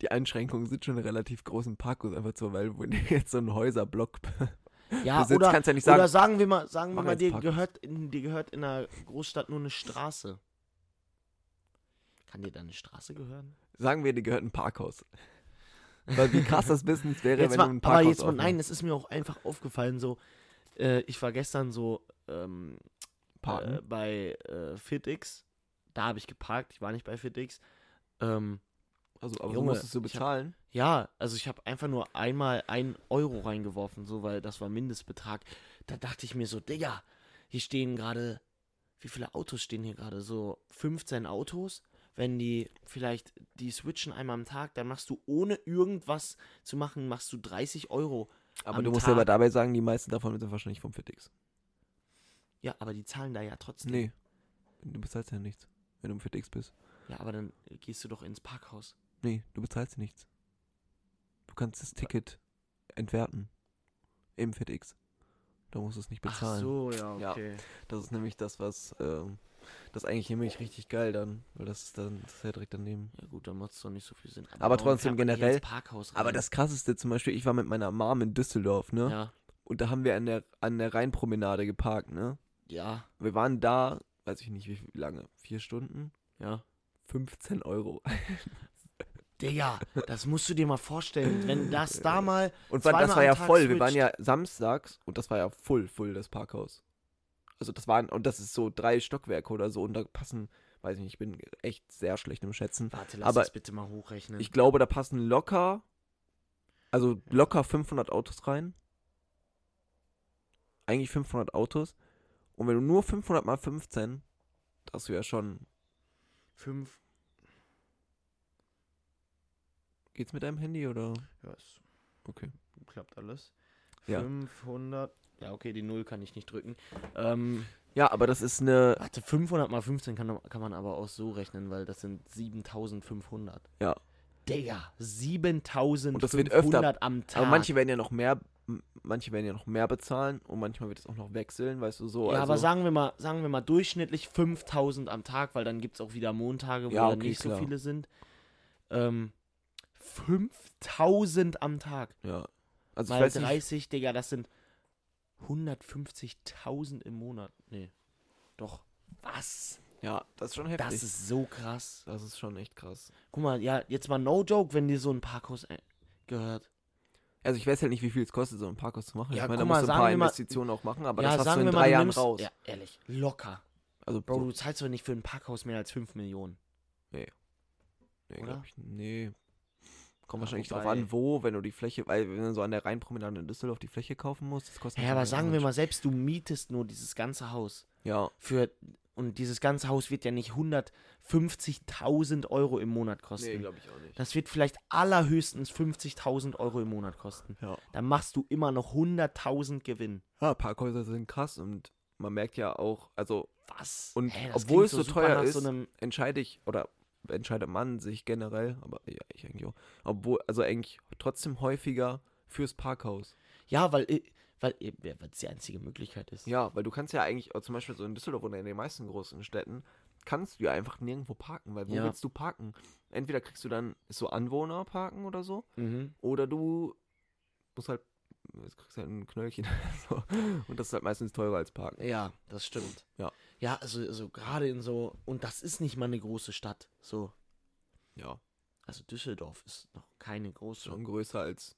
[SPEAKER 1] die Einschränkungen sind schon relativ groß im Parkhaus einfach so, weil wenn du jetzt so einen Häuserblock
[SPEAKER 2] ja,
[SPEAKER 1] besitzt,
[SPEAKER 2] Ah, oder,
[SPEAKER 1] kannst du ja nicht
[SPEAKER 2] oder
[SPEAKER 1] sagen.
[SPEAKER 2] sagen wir mal, sagen wir
[SPEAKER 1] mach
[SPEAKER 2] mal,
[SPEAKER 1] jetzt
[SPEAKER 2] dir
[SPEAKER 1] Parkhaus.
[SPEAKER 2] gehört, in, dir gehört in einer Großstadt nur eine Straße. Kann dir dann eine Straße gehören?
[SPEAKER 1] Sagen wir, dir gehört ein Parkhaus. Weil wie krass das Business wäre,
[SPEAKER 2] Jetzt
[SPEAKER 1] wenn
[SPEAKER 2] mal,
[SPEAKER 1] du ein Parkhaus
[SPEAKER 2] aber jetzt mal,
[SPEAKER 1] aufmachst.
[SPEAKER 2] nein, es ist mir auch einfach aufgefallen, so, äh, ich war gestern so, ähm,
[SPEAKER 1] Parken.
[SPEAKER 2] Äh, bei äh, FitX. Da habe ich geparkt, ich war nicht bei FitX. Ähm,
[SPEAKER 1] also, aber so
[SPEAKER 2] Junge,
[SPEAKER 1] musstest du
[SPEAKER 2] ich hab-
[SPEAKER 1] bezahlen.
[SPEAKER 2] ja, also ich habe einfach nur einmal einen Euro reingeworfen, so, weil das war Mindestbetrag. Da dachte ich mir so, Digga, hier stehen gerade, wie viele Autos stehen hier gerade? So 15 Autos. Wenn die vielleicht, die switchen einmal am Tag, dann machst du ohne irgendwas zu machen, machst du 30 Euro.
[SPEAKER 1] aber
[SPEAKER 2] am
[SPEAKER 1] du musst
[SPEAKER 2] Tag-
[SPEAKER 1] aber dabei sagen, die meisten davon sind wahrscheinlich vom FitX.
[SPEAKER 2] Ja, aber die zahlen da ja trotzdem.
[SPEAKER 1] Nee. Du bezahlst ja nichts, wenn du im FitX bist.
[SPEAKER 2] Ja, aber dann gehst du doch ins Parkhaus.
[SPEAKER 1] Nee, du bezahlst nichts. Du kannst das Ticket entwerten. Im FedEx. Da musst du es nicht bezahlen.
[SPEAKER 2] Ach so, ja,
[SPEAKER 1] Ja.
[SPEAKER 2] okay.
[SPEAKER 1] Das ist nämlich das, was. ähm, das ist eigentlich nämlich richtig geil dann. Weil das ist dann das ist ja direkt daneben.
[SPEAKER 2] Ja gut, dann macht es doch nicht so viel Sinn.
[SPEAKER 1] Aber
[SPEAKER 2] warum
[SPEAKER 1] trotzdem
[SPEAKER 2] fährt man hier ins
[SPEAKER 1] generell-
[SPEAKER 2] Parkhaus
[SPEAKER 1] Aber
[SPEAKER 2] rein?
[SPEAKER 1] das krasseste zum Beispiel, ich war mit meiner Mom in Düsseldorf, ne?
[SPEAKER 2] Ja,
[SPEAKER 1] Und da haben wir an der, an der Rheinpromenade geparkt, ne?
[SPEAKER 2] ja,
[SPEAKER 1] Wir waren da, weiß ich nicht wie viel- wie lange, vier Stunden?
[SPEAKER 2] ja.
[SPEAKER 1] 15 Euro.
[SPEAKER 2] Digga, das musst du dir mal vorstellen, wenn das
[SPEAKER 1] Äh,
[SPEAKER 2] da mal...
[SPEAKER 1] Und war, das
[SPEAKER 2] Zweimal
[SPEAKER 1] war
[SPEAKER 2] am
[SPEAKER 1] ja
[SPEAKER 2] Tag
[SPEAKER 1] voll. Wir waren ja samstags und das war ja voll, voll das Parkhaus. Also das waren, und das ist so drei Stockwerke oder so und da passen, weiß ich nicht, ich bin echt sehr schlecht im Schätzen.
[SPEAKER 2] Warte, lass
[SPEAKER 1] Aber-
[SPEAKER 2] das bitte mal hochrechnen.
[SPEAKER 1] Ich glaube, da passen locker, also locker 500 Autos rein. Eigentlich 500 Autos. Und wenn du nur 500 mal 15, da hast du ja schon,
[SPEAKER 2] Fünf...
[SPEAKER 1] geht's mit deinem Handy oder?
[SPEAKER 2] Ja, es
[SPEAKER 1] Okay.
[SPEAKER 2] klappt alles.
[SPEAKER 1] Ja.
[SPEAKER 2] 500... Ja, okay, die Null kann ich nicht drücken. Ähm,
[SPEAKER 1] Ja, aber das ist eine,
[SPEAKER 2] warte, 500 mal 15 kann, kann man aber auch so rechnen, weil das sind 7500.
[SPEAKER 1] Ja.
[SPEAKER 2] Digga, 7500
[SPEAKER 1] Und das wird öfter.
[SPEAKER 2] am Tag.
[SPEAKER 1] Aber manche werden ja noch mehr, m- manche werden ja noch mehr bezahlen und manchmal wird es auch noch wechseln, weißt du so.
[SPEAKER 2] ja,
[SPEAKER 1] also,
[SPEAKER 2] aber sagen wir mal, sagen wir mal durchschnittlich 5000 am Tag, weil dann gibt es auch wieder Montage, wo
[SPEAKER 1] Ja,
[SPEAKER 2] dann
[SPEAKER 1] okay,
[SPEAKER 2] nicht
[SPEAKER 1] klar.
[SPEAKER 2] so viele sind. Ähm, 5000 am Tag.
[SPEAKER 1] ja. Also ich
[SPEAKER 2] Mal
[SPEAKER 1] weiß nicht,
[SPEAKER 2] 30, Digga, das sind 150.000 im Monat. Nee. Doch. Was?
[SPEAKER 1] Ja, das ist schon heftig.
[SPEAKER 2] Das ist so krass.
[SPEAKER 1] das ist schon echt krass.
[SPEAKER 2] Guck mal, ja, jetzt mal no joke, wenn dir so ein Parkhaus äh, gehört.
[SPEAKER 1] Also ich weiß halt nicht, wie viel es kostet, so einen Parkhaus zu machen.
[SPEAKER 2] Ja,
[SPEAKER 1] ich meine, da musst
[SPEAKER 2] guck mal,
[SPEAKER 1] du ein
[SPEAKER 2] sagen
[SPEAKER 1] paar
[SPEAKER 2] wir mal-
[SPEAKER 1] Investitionen auch machen, aber
[SPEAKER 2] ja,
[SPEAKER 1] das hast du in
[SPEAKER 2] wir mal,
[SPEAKER 1] drei
[SPEAKER 2] du
[SPEAKER 1] Jahren
[SPEAKER 2] nimmst-
[SPEAKER 1] raus.
[SPEAKER 2] Ja, ehrlich, locker.
[SPEAKER 1] Also
[SPEAKER 2] Bro,
[SPEAKER 1] so,
[SPEAKER 2] du zahlst doch nicht für ein Parkhaus mehr als 5 Millionen.
[SPEAKER 1] nee,
[SPEAKER 2] oder?
[SPEAKER 1] glaub ich, nee. Kommt
[SPEAKER 2] Ja,
[SPEAKER 1] wahrscheinlich drauf
[SPEAKER 2] wobei-
[SPEAKER 1] an, wo, wenn du die Fläche, weil wenn du so an der Rheinpromenade in Düsseldorf die Fläche kaufen musst, das kostet
[SPEAKER 2] Ja, aber
[SPEAKER 1] natürlich
[SPEAKER 2] sagen wir
[SPEAKER 1] auch
[SPEAKER 2] mal, selbst du mietest nur dieses ganze Haus.
[SPEAKER 1] nicht. Ja,
[SPEAKER 2] Für, und dieses ganze Haus wird ja nicht 150.000 Euro im Monat kosten.
[SPEAKER 1] glaube ich auch nicht.
[SPEAKER 2] das wird vielleicht allerhöchstens 50.000 Euro im Monat kosten.
[SPEAKER 1] Ja.
[SPEAKER 2] Dann machst du immer noch 100.000 Gewinn.
[SPEAKER 1] ja, Parkhäuser sind krass und man merkt ja auch, also
[SPEAKER 2] Was?
[SPEAKER 1] Und
[SPEAKER 2] das
[SPEAKER 1] obwohl
[SPEAKER 2] klingt
[SPEAKER 1] es so
[SPEAKER 2] super
[SPEAKER 1] teuer
[SPEAKER 2] nach
[SPEAKER 1] ist-
[SPEAKER 2] So einem,
[SPEAKER 1] entscheide ich oder entscheidet man sich generell, aber ja, ich eigentlich auch, obwohl, also eigentlich trotzdem häufiger fürs Parkhaus.
[SPEAKER 2] ja, weil äh, weil äh, ja, weil es die einzige Möglichkeit ist.
[SPEAKER 1] Ja, weil du kannst ja eigentlich, auch zum Beispiel so in Düsseldorf oder in den meisten großen Städten, kannst du ja einfach nirgendwo parken, weil wo
[SPEAKER 2] Ja.
[SPEAKER 1] willst du parken? Entweder kriegst du dann ist so Anwohner parken oder so,
[SPEAKER 2] Mhm.
[SPEAKER 1] oder du musst halt, du kriegst halt ein Knöllchen so. und das ist halt meistens teurer als parken.
[SPEAKER 2] Ja, das stimmt.
[SPEAKER 1] Ja.
[SPEAKER 2] Ja, also, also gerade in so, und das ist nicht mal eine große Stadt. So.
[SPEAKER 1] Ja,
[SPEAKER 2] Also Düsseldorf ist noch keine große.
[SPEAKER 1] schon größer als,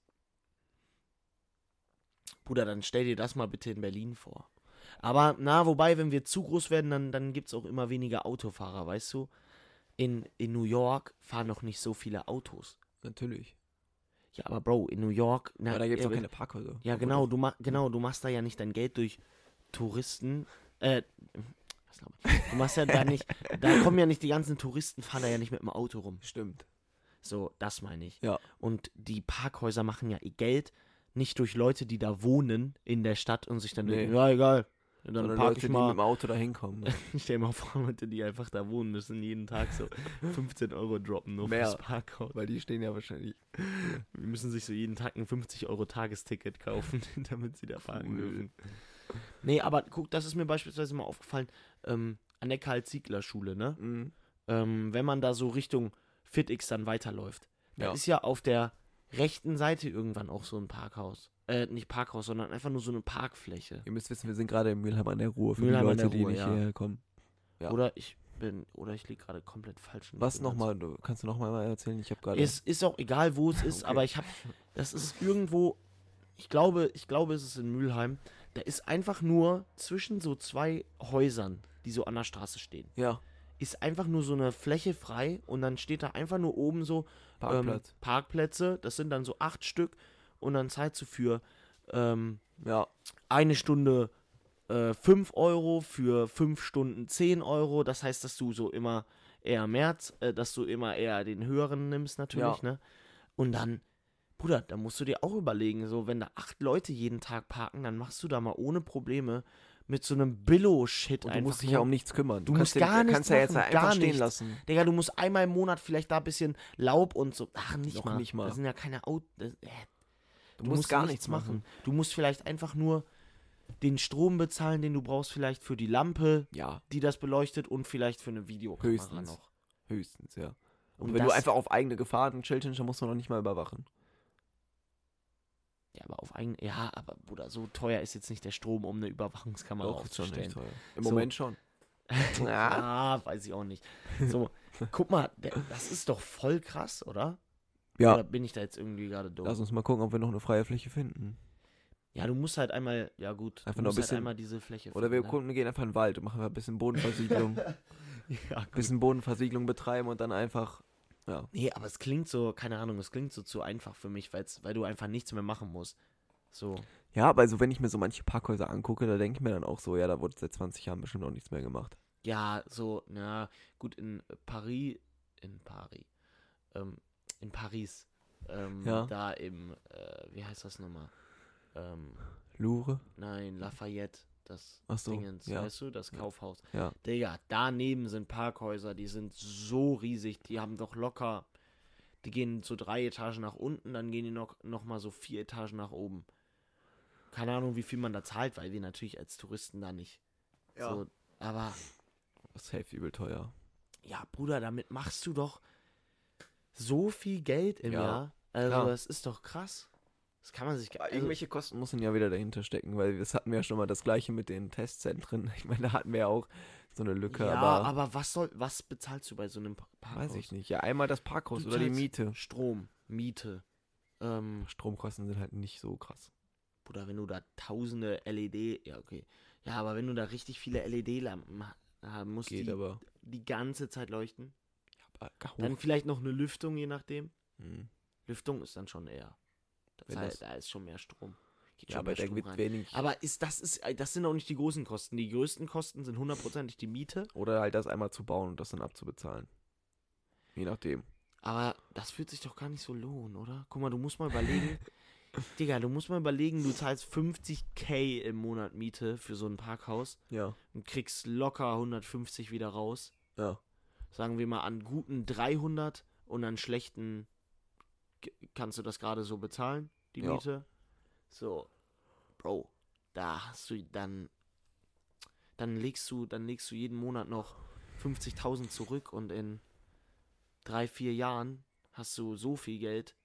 [SPEAKER 2] Bruder, dann stell dir das mal bitte in Berlin vor. Aber na, wobei, wenn wir zu groß werden, dann, dann gibt es auch immer weniger Autofahrer, weißt du? In, in New York fahren noch nicht so viele Autos.
[SPEAKER 1] natürlich.
[SPEAKER 2] Ja, aber Bro, in New York. Na,
[SPEAKER 1] aber da gibt es
[SPEAKER 2] äh,
[SPEAKER 1] auch keine Parkhäuser.
[SPEAKER 2] Ja,
[SPEAKER 1] Obwohl,
[SPEAKER 2] genau du, ma genau, du machst da ja nicht dein Geld durch Touristen. Äh, was glaub ich? du machst ja da nicht, da kommen ja nicht die ganzen Touristen, fahren da ja nicht mit dem Auto rum.
[SPEAKER 1] Stimmt.
[SPEAKER 2] So, das meine ich.
[SPEAKER 1] Ja.
[SPEAKER 2] Und die Parkhäuser machen ja ihr Geld nicht durch Leute, die da wohnen in der Stadt und sich dann
[SPEAKER 1] Nee.
[SPEAKER 2] denken, ja, egal. Dann
[SPEAKER 1] Sondern
[SPEAKER 2] park
[SPEAKER 1] Leute,
[SPEAKER 2] ich
[SPEAKER 1] die mit
[SPEAKER 2] mal.
[SPEAKER 1] dem Auto da hinkommen.
[SPEAKER 2] Stell dir mal vor, Leute, die einfach da wohnen müssen, jeden Tag so 15 Euro droppen nur
[SPEAKER 1] Mehr.
[SPEAKER 2] fürs Parkhaus.
[SPEAKER 1] Weil die stehen ja wahrscheinlich.
[SPEAKER 2] Die müssen sich so jeden Tag ein 50 Euro Tagesticket kaufen, damit sie da fahren
[SPEAKER 1] Cool.
[SPEAKER 2] dürfen. Nee, aber guck, das ist mir beispielsweise mal aufgefallen, ähm, an der Karl-Ziegler-Schule, ne? Ähm, wenn man da so Richtung FitX dann weiterläuft, da
[SPEAKER 1] Ja.
[SPEAKER 2] ist ja auf der rechten Seite irgendwann auch so ein Parkhaus. Äh, nicht Parkhaus, sondern einfach nur so eine Parkfläche.
[SPEAKER 1] Ihr müsst wissen, wir sind gerade in Mülheim an der Ruhr. Für
[SPEAKER 2] Mülheim
[SPEAKER 1] die
[SPEAKER 2] an
[SPEAKER 1] Leute,
[SPEAKER 2] der
[SPEAKER 1] die
[SPEAKER 2] Ruhr,
[SPEAKER 1] nicht
[SPEAKER 2] ja.
[SPEAKER 1] hierher kommen. Ja.
[SPEAKER 2] Oder ich bin, oder ich liege gerade komplett falsch. und
[SPEAKER 1] Was
[SPEAKER 2] bin ganz-
[SPEAKER 1] nochmal? Du- Kannst du nochmal erzählen? Ich habe gerade.
[SPEAKER 2] Es ist auch egal, wo es ist,
[SPEAKER 1] Okay.
[SPEAKER 2] aber ich habe, das ist irgendwo, ich glaube, ich glaube, es ist in Mülheim. Da ist einfach nur zwischen so zwei Häusern, die so an der Straße stehen,
[SPEAKER 1] Ja,
[SPEAKER 2] ist einfach nur so eine Fläche frei und dann steht da einfach nur oben so
[SPEAKER 1] Parkplatz.
[SPEAKER 2] Ähm, Parkplätze. Das sind dann so acht Stück und dann zahlst du für ähm,
[SPEAKER 1] ja,
[SPEAKER 2] eine Stunde äh, 5 Euro, für fünf Stunden 10 Euro. Das heißt, dass du so immer eher mehr, z- äh, dass du immer eher den höheren nimmst natürlich, ne? Und dann, Bruder, da musst du dir auch überlegen, so wenn da acht Leute jeden Tag parken, dann machst du da mal ohne Probleme mit so einem Billo-Shit
[SPEAKER 1] und
[SPEAKER 2] einfach
[SPEAKER 1] du musst dich
[SPEAKER 2] nur-
[SPEAKER 1] ja um nichts kümmern.
[SPEAKER 2] Du musst
[SPEAKER 1] kannst
[SPEAKER 2] gar nichts
[SPEAKER 1] kannst ja jetzt
[SPEAKER 2] machen,
[SPEAKER 1] einfach
[SPEAKER 2] gar
[SPEAKER 1] stehen
[SPEAKER 2] nichts.
[SPEAKER 1] lassen.
[SPEAKER 2] Digga, du musst einmal im Monat vielleicht da ein bisschen Laub und so. Ach, nicht
[SPEAKER 1] Noch
[SPEAKER 2] mal.
[SPEAKER 1] nicht mal.
[SPEAKER 2] Das sind ja keine Autos. Äh,
[SPEAKER 1] Du, musst, gar nichts machen.
[SPEAKER 2] Du musst vielleicht einfach nur den Strom bezahlen, den du brauchst, vielleicht für die Lampe,
[SPEAKER 1] Ja,
[SPEAKER 2] die das beleuchtet und vielleicht für eine Videokamera
[SPEAKER 1] Höchstens.
[SPEAKER 2] noch.
[SPEAKER 1] höchstens, ja. Und,
[SPEAKER 2] Und
[SPEAKER 1] wenn du
[SPEAKER 2] das-
[SPEAKER 1] einfach auf eigene Gefahr ein Schild hinstellst, musst du noch nicht mal überwachen.
[SPEAKER 2] Ja, aber auf eigene. Ja, aber Bruder, so teuer ist jetzt nicht der Strom, um eine Überwachungskamera
[SPEAKER 1] Doch, ist schon echt
[SPEAKER 2] aufzustellen.
[SPEAKER 1] teuer. Im
[SPEAKER 2] So.
[SPEAKER 1] Moment schon. Na,
[SPEAKER 2] Ah, weiß ich auch nicht. So, guck mal, der- das ist doch voll krass, oder? Oder
[SPEAKER 1] ja,
[SPEAKER 2] bin ich da jetzt irgendwie gerade doof?
[SPEAKER 1] lass uns mal gucken, ob wir noch eine freie Fläche finden.
[SPEAKER 2] ja, du musst halt einmal, ja gut,
[SPEAKER 1] Einfach
[SPEAKER 2] du
[SPEAKER 1] noch ein
[SPEAKER 2] musst
[SPEAKER 1] bisschen-
[SPEAKER 2] halt einmal diese Fläche
[SPEAKER 1] Oder wir
[SPEAKER 2] finden,
[SPEAKER 1] gucken, gehen einfach in den Wald und machen ein bisschen Bodenversiegelung.
[SPEAKER 2] ne? Ja, gut.
[SPEAKER 1] bisschen Bodenversiegelung betreiben und dann einfach.
[SPEAKER 2] Nee, aber es klingt so, keine Ahnung, es klingt so zu einfach für mich, weil's, weil du einfach nichts mehr machen musst. So.
[SPEAKER 1] Ja, aber also wenn ich mir so manche Parkhäuser angucke, da denke ich mir dann auch so, ja, da wurde seit 20 Jahren bestimmt noch nichts mehr gemacht.
[SPEAKER 2] Ja, so, na, gut, in Paris, in Paris, ähm, in Paris, ähm,
[SPEAKER 1] Ja.
[SPEAKER 2] da im, äh, wie heißt das nochmal? Ähm,
[SPEAKER 1] Lure?
[SPEAKER 2] nein, Lafayette, das
[SPEAKER 1] Ach so,
[SPEAKER 2] Dingens,
[SPEAKER 1] ja.
[SPEAKER 2] weißt du, das Kaufhaus.
[SPEAKER 1] Ja.
[SPEAKER 2] Digga, daneben sind Parkhäuser, die sind so riesig, die haben doch locker, die gehen so drei Etagen nach unten, dann gehen die noch, noch mal so vier Etagen nach oben. Keine Ahnung, wie viel man da zahlt, weil wir natürlich als Touristen da nicht. So, aber
[SPEAKER 1] Safe übel teuer.
[SPEAKER 2] ja, Bruder, damit machst du doch so viel Geld im
[SPEAKER 1] Ja,
[SPEAKER 2] Jahr. Also,
[SPEAKER 1] klar.
[SPEAKER 2] das ist doch krass. Das kann man sich.
[SPEAKER 1] Aber
[SPEAKER 2] Also,
[SPEAKER 1] irgendwelche Kosten müssen ja wieder dahinter stecken, weil das hatten wir ja schon mal das gleiche mit den Testzentren. Ich meine, da hatten wir ja auch so eine Lücke,
[SPEAKER 2] ja, aber,
[SPEAKER 1] aber,
[SPEAKER 2] was soll, was bezahlst du bei so einem Pa- Parkhaus?
[SPEAKER 1] weiß ich nicht. Ja, einmal das Parkhaus
[SPEAKER 2] Du
[SPEAKER 1] oder die
[SPEAKER 2] zahlst-
[SPEAKER 1] Miete.
[SPEAKER 2] Strom, Miete. Ähm,
[SPEAKER 1] Stromkosten sind halt nicht so krass.
[SPEAKER 2] Bruder, wenn du da tausende LED, ja okay. Ja, aber wenn du da richtig viele E LED-Lampen ha- haben musst,
[SPEAKER 1] Geht
[SPEAKER 2] die
[SPEAKER 1] aber. hm.
[SPEAKER 2] die ganze Zeit leuchten,
[SPEAKER 1] aber gar
[SPEAKER 2] dann
[SPEAKER 1] hoch.
[SPEAKER 2] vielleicht noch eine Lüftung, je nachdem.
[SPEAKER 1] Hm.
[SPEAKER 2] Lüftung ist dann schon eher.
[SPEAKER 1] Wenn
[SPEAKER 2] Da,
[SPEAKER 1] das-
[SPEAKER 2] da ist schon mehr Strom. Geht
[SPEAKER 1] Ja,
[SPEAKER 2] schon
[SPEAKER 1] aber
[SPEAKER 2] mehr
[SPEAKER 1] da
[SPEAKER 2] Strom
[SPEAKER 1] wird
[SPEAKER 2] rein.
[SPEAKER 1] wenig.
[SPEAKER 2] Aber ist, das, ist, äh, das sind auch nicht die großen Kosten. Die größten Kosten sind hundertprozentig die Miete.
[SPEAKER 1] Oder halt das einmal zu bauen und das dann abzubezahlen. Je nachdem.
[SPEAKER 2] Aber das fühlt sich doch gar nicht so lohnen, oder? Guck mal, du musst mal überlegen. Digga, du musst mal überlegen, du zahlst 50k im Monat Miete für so ein Parkhaus
[SPEAKER 1] Ja.
[SPEAKER 2] und kriegst locker 150 wieder raus.
[SPEAKER 1] Ja.
[SPEAKER 2] Sagen wir mal an guten 300 und an schlechten k- kannst du das gerade so bezahlen, die
[SPEAKER 1] Ja.
[SPEAKER 2] Miete. So, Bro, da hast du dann dann legst du, dann legst du jeden Monat noch 50.000 zurück und in drei, vier Jahren hast du so viel Geld,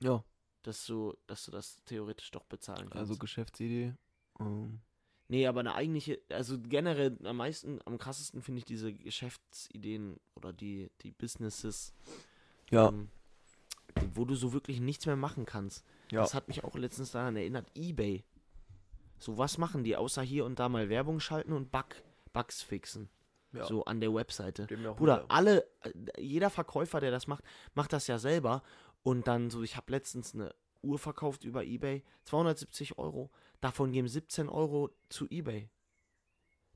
[SPEAKER 1] Ja.
[SPEAKER 2] dass du, dass du das theoretisch doch bezahlen kannst.
[SPEAKER 1] Also Geschäftsidee. Ähm,
[SPEAKER 2] Nee, aber eine eigentliche, also generell am meisten, am krassesten finde ich diese Geschäftsideen oder die, die Businesses,
[SPEAKER 1] ja.
[SPEAKER 2] ähm, wo du so wirklich nichts mehr machen kannst.
[SPEAKER 1] Ja.
[SPEAKER 2] Das hat mich auch letztens daran erinnert, Ebay. So was machen die, außer hier und da mal Werbung schalten und Bug, Bugs fixen.
[SPEAKER 1] Ja.
[SPEAKER 2] So an der Webseite.
[SPEAKER 1] Dem ja auch
[SPEAKER 2] Bruder,
[SPEAKER 1] wieder-
[SPEAKER 2] alle, äh, jeder Verkäufer, der das macht, macht das ja selber. Und dann so, ich habe letztens eine Uhr verkauft über Ebay, 270 Euro. Davon geben 17 Euro zu Ebay.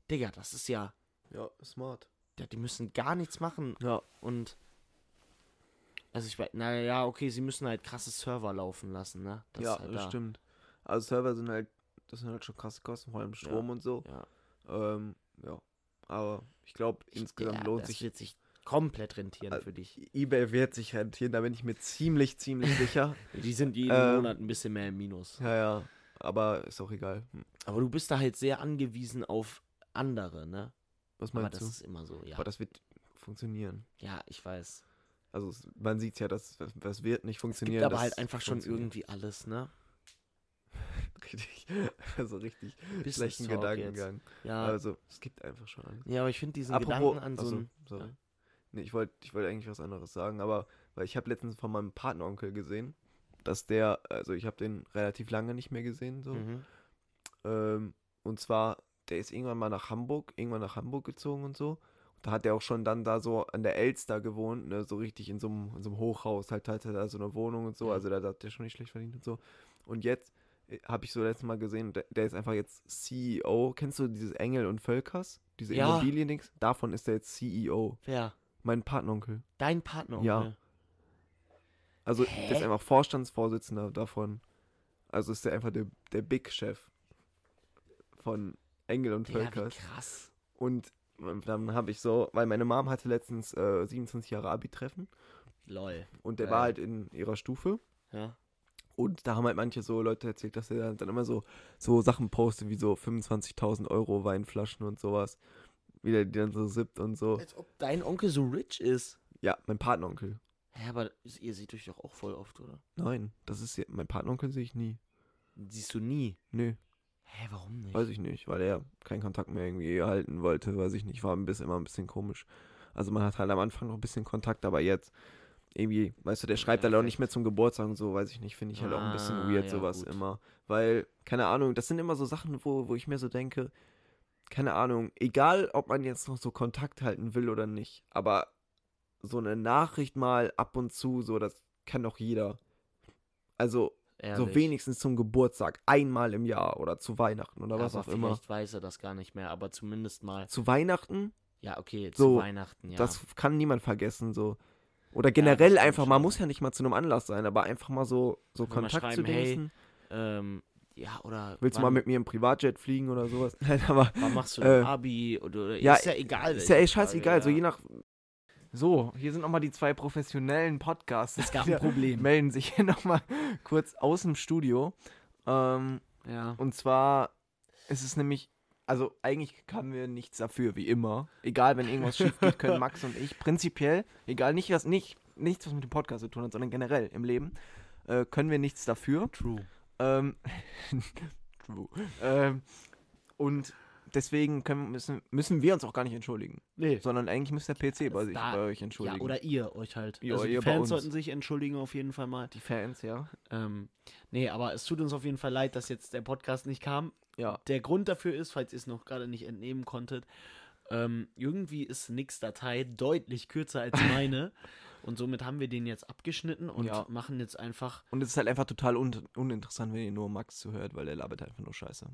[SPEAKER 2] Digga, das ist ja,
[SPEAKER 1] ja, smart.
[SPEAKER 2] ja, die müssen gar nichts machen.
[SPEAKER 1] Ja.
[SPEAKER 2] Und, also ich weiß, naja, okay, sie müssen halt krasse Server laufen lassen, ne? ist
[SPEAKER 1] ja,
[SPEAKER 2] halt
[SPEAKER 1] das
[SPEAKER 2] da.
[SPEAKER 1] stimmt. Also Server sind halt, das sind halt schon krasse Kosten, vor allem Strom und so.
[SPEAKER 2] Ja.
[SPEAKER 1] Ähm, ja. Aber ich glaube, insgesamt
[SPEAKER 2] ja,
[SPEAKER 1] lohnt
[SPEAKER 2] das
[SPEAKER 1] sich.
[SPEAKER 2] wird sich komplett rentieren
[SPEAKER 1] Äh,
[SPEAKER 2] für dich.
[SPEAKER 1] Ebay wird sich rentieren, da bin ich mir ziemlich, ziemlich sicher.
[SPEAKER 2] Die sind jeden
[SPEAKER 1] ähm,
[SPEAKER 2] Monat ein bisschen mehr im Minus.
[SPEAKER 1] ja, ja. Aber ist auch egal. Hm.
[SPEAKER 2] Aber du bist da halt sehr angewiesen auf andere, ne?
[SPEAKER 1] Was
[SPEAKER 2] Aber
[SPEAKER 1] meinst
[SPEAKER 2] das
[SPEAKER 1] du?
[SPEAKER 2] ist immer so, ja.
[SPEAKER 1] Halt Aber das wird funktionieren.
[SPEAKER 2] Ja, ich weiß.
[SPEAKER 1] Also es- man sieht ja, dass das- das wird nicht
[SPEAKER 2] Es gibt
[SPEAKER 1] funktionieren.
[SPEAKER 2] aber
[SPEAKER 1] das
[SPEAKER 2] halt einfach schon
[SPEAKER 1] funktioniert.
[SPEAKER 2] irgendwie alles, ne?
[SPEAKER 1] Richtig, also richtig
[SPEAKER 2] Business
[SPEAKER 1] schlechten
[SPEAKER 2] Talk
[SPEAKER 1] Gedankengang.
[SPEAKER 2] Ja,
[SPEAKER 1] Also es gibt einfach schon alles.
[SPEAKER 2] ja aber ich finde diesen
[SPEAKER 1] Apropos, also,
[SPEAKER 2] Gedanken an so
[SPEAKER 1] achso,
[SPEAKER 2] ein...
[SPEAKER 1] sorry.
[SPEAKER 2] ja.
[SPEAKER 1] Nee, ich wollte ich wollt eigentlich was anderes sagen, aber weil ich habe letztens von meinem Patenonkel gesehen, dass der, also ich habe den relativ lange nicht mehr gesehen, so.
[SPEAKER 2] Mhm.
[SPEAKER 1] Ähm, und zwar, der ist irgendwann mal nach Hamburg, irgendwann nach Hamburg gezogen und so. Und da hat er auch schon dann da so an der Elster gewohnt, ne, so richtig in so einem, in so einem Hochhaus, halt hatte da so eine Wohnung und so.
[SPEAKER 2] Ja.
[SPEAKER 1] Also da hat der schon nicht schlecht verdient und so. Und jetzt habe ich so letztes Mal gesehen, der, der ist einfach jetzt CEO. Kennst du dieses Engel und Völkers? Diese
[SPEAKER 2] Ja.
[SPEAKER 1] Immobilien-Dings? Davon ist er jetzt CEO.
[SPEAKER 2] Wer?
[SPEAKER 1] Mein Patenonkel.
[SPEAKER 2] Dein Partner,
[SPEAKER 1] Ja.
[SPEAKER 2] Onkel.
[SPEAKER 1] Also der ist
[SPEAKER 2] Hä?
[SPEAKER 1] einfach Vorstandsvorsitzender davon. Also ist der einfach der, der Big-Chef von Engel und
[SPEAKER 2] Digga, wie
[SPEAKER 1] Völkers.
[SPEAKER 2] krass.
[SPEAKER 1] Und dann habe ich so, weil meine Mom hatte letztens äh, 27 Jahre Abi-Treffen
[SPEAKER 2] Lol.
[SPEAKER 1] und der
[SPEAKER 2] Geil.
[SPEAKER 1] war halt in ihrer Stufe.
[SPEAKER 2] Ja.
[SPEAKER 1] Und da haben halt manche so Leute erzählt, dass er dann immer so, so Sachen postet, wie so 25.000 Euro Weinflaschen und sowas. Wie der die dann so sippt und so.
[SPEAKER 2] Als ob dein Onkel so rich ist.
[SPEAKER 1] Ja, mein Patenonkel.
[SPEAKER 2] Hä, aber ihr seht euch doch auch voll oft, oder?
[SPEAKER 1] Nein, das ist ja, mein Patenonkel sehe ich nie.
[SPEAKER 2] Siehst du nie.
[SPEAKER 1] Nö,
[SPEAKER 2] Hä, warum nicht?
[SPEAKER 1] weiß ich nicht, weil er keinen Kontakt mehr irgendwie halten wollte, weiß ich nicht, war ein bisschen, immer ein bisschen komisch. Also man hat halt am Anfang noch ein bisschen Kontakt, aber jetzt irgendwie, weißt du, der schreibt halt auch nicht mehr zum Geburtstag und so, weiß ich nicht, finde ich halt auch ein bisschen
[SPEAKER 2] Ah,
[SPEAKER 1] weird
[SPEAKER 2] ja,
[SPEAKER 1] sowas
[SPEAKER 2] gut.
[SPEAKER 1] immer, weil keine Ahnung, das sind immer so Sachen, wo wo ich mir so denke, keine Ahnung, egal ob man jetzt noch so Kontakt halten will oder nicht, aber so eine Nachricht mal ab und zu, so das kann doch jeder. Also so
[SPEAKER 2] Ehrlich.
[SPEAKER 1] wenigstens zum Geburtstag, einmal im Jahr oder zu Weihnachten oder
[SPEAKER 2] aber
[SPEAKER 1] was auch
[SPEAKER 2] vielleicht
[SPEAKER 1] immer.
[SPEAKER 2] weiß er das gar nicht mehr, aber zumindest mal.
[SPEAKER 1] Zu Weihnachten,
[SPEAKER 2] Ja, okay, zu
[SPEAKER 1] So,
[SPEAKER 2] Weihnachten, ja.
[SPEAKER 1] das kann niemand vergessen so. Oder
[SPEAKER 2] das
[SPEAKER 1] generell
[SPEAKER 2] stimmt
[SPEAKER 1] einfach mal,
[SPEAKER 2] schon.
[SPEAKER 1] muss ja nicht mal zu einem Anlass sein, aber einfach mal so, so
[SPEAKER 2] Einfach mal
[SPEAKER 1] Kontakt zu
[SPEAKER 2] schreiben, hey,
[SPEAKER 1] Dingsen.
[SPEAKER 2] ähm, ja, oder.
[SPEAKER 1] Willst du mal
[SPEAKER 2] wann-
[SPEAKER 1] mit mir im Privatjet fliegen oder sowas? Nein, aber
[SPEAKER 2] Wann machst du
[SPEAKER 1] Äh,
[SPEAKER 2] ein Abi? Oder, oder-
[SPEAKER 1] ja,
[SPEAKER 2] ist ja egal.
[SPEAKER 1] ist
[SPEAKER 2] welche
[SPEAKER 1] ja ey,
[SPEAKER 2] Frage,
[SPEAKER 1] scheißegal, so
[SPEAKER 2] ja.
[SPEAKER 1] je nach. So, hier sind nochmal die zwei professionellen Podcasts.
[SPEAKER 2] Es gab ein Problem.
[SPEAKER 1] melden sich hier nochmal kurz aus dem Studio. Ähm,
[SPEAKER 2] Ja.
[SPEAKER 1] Und zwar ist es nämlich, also eigentlich können wir nichts dafür, wie immer. Egal, wenn irgendwas schief geht, können Max und ich prinzipiell, egal, nicht was, nicht, nichts, was mit dem Podcast zu tun hat, sondern generell im Leben, äh, äh, können wir nichts dafür.
[SPEAKER 2] True.
[SPEAKER 1] Ähm, true. Ähm, und deswegen können, müssen, müssen wir uns auch gar nicht entschuldigen.
[SPEAKER 2] Nee.
[SPEAKER 1] Sondern eigentlich müsst der PC bei, sich,
[SPEAKER 2] Da-
[SPEAKER 1] bei euch entschuldigen.
[SPEAKER 2] ja, oder ihr euch halt.
[SPEAKER 1] Ja,
[SPEAKER 2] also die
[SPEAKER 1] ihr bei
[SPEAKER 2] Fans
[SPEAKER 1] uns.
[SPEAKER 2] sollten sich entschuldigen auf jeden Fall mal.
[SPEAKER 1] die Fans, ja.
[SPEAKER 2] Ähm, nee, aber es tut uns auf jeden Fall leid, dass jetzt der Podcast nicht kam.
[SPEAKER 1] Ja.
[SPEAKER 2] Der Grund dafür ist, falls ihr es noch gerade nicht entnehmen konntet, ähm, irgendwie ist Nicks Datei deutlich kürzer als meine. und somit haben wir den jetzt abgeschnitten und
[SPEAKER 1] Ja.
[SPEAKER 2] machen jetzt einfach.
[SPEAKER 1] Und es ist halt einfach total un uninteressant, wenn ihr nur Max zuhört, weil der labert einfach nur Scheiße.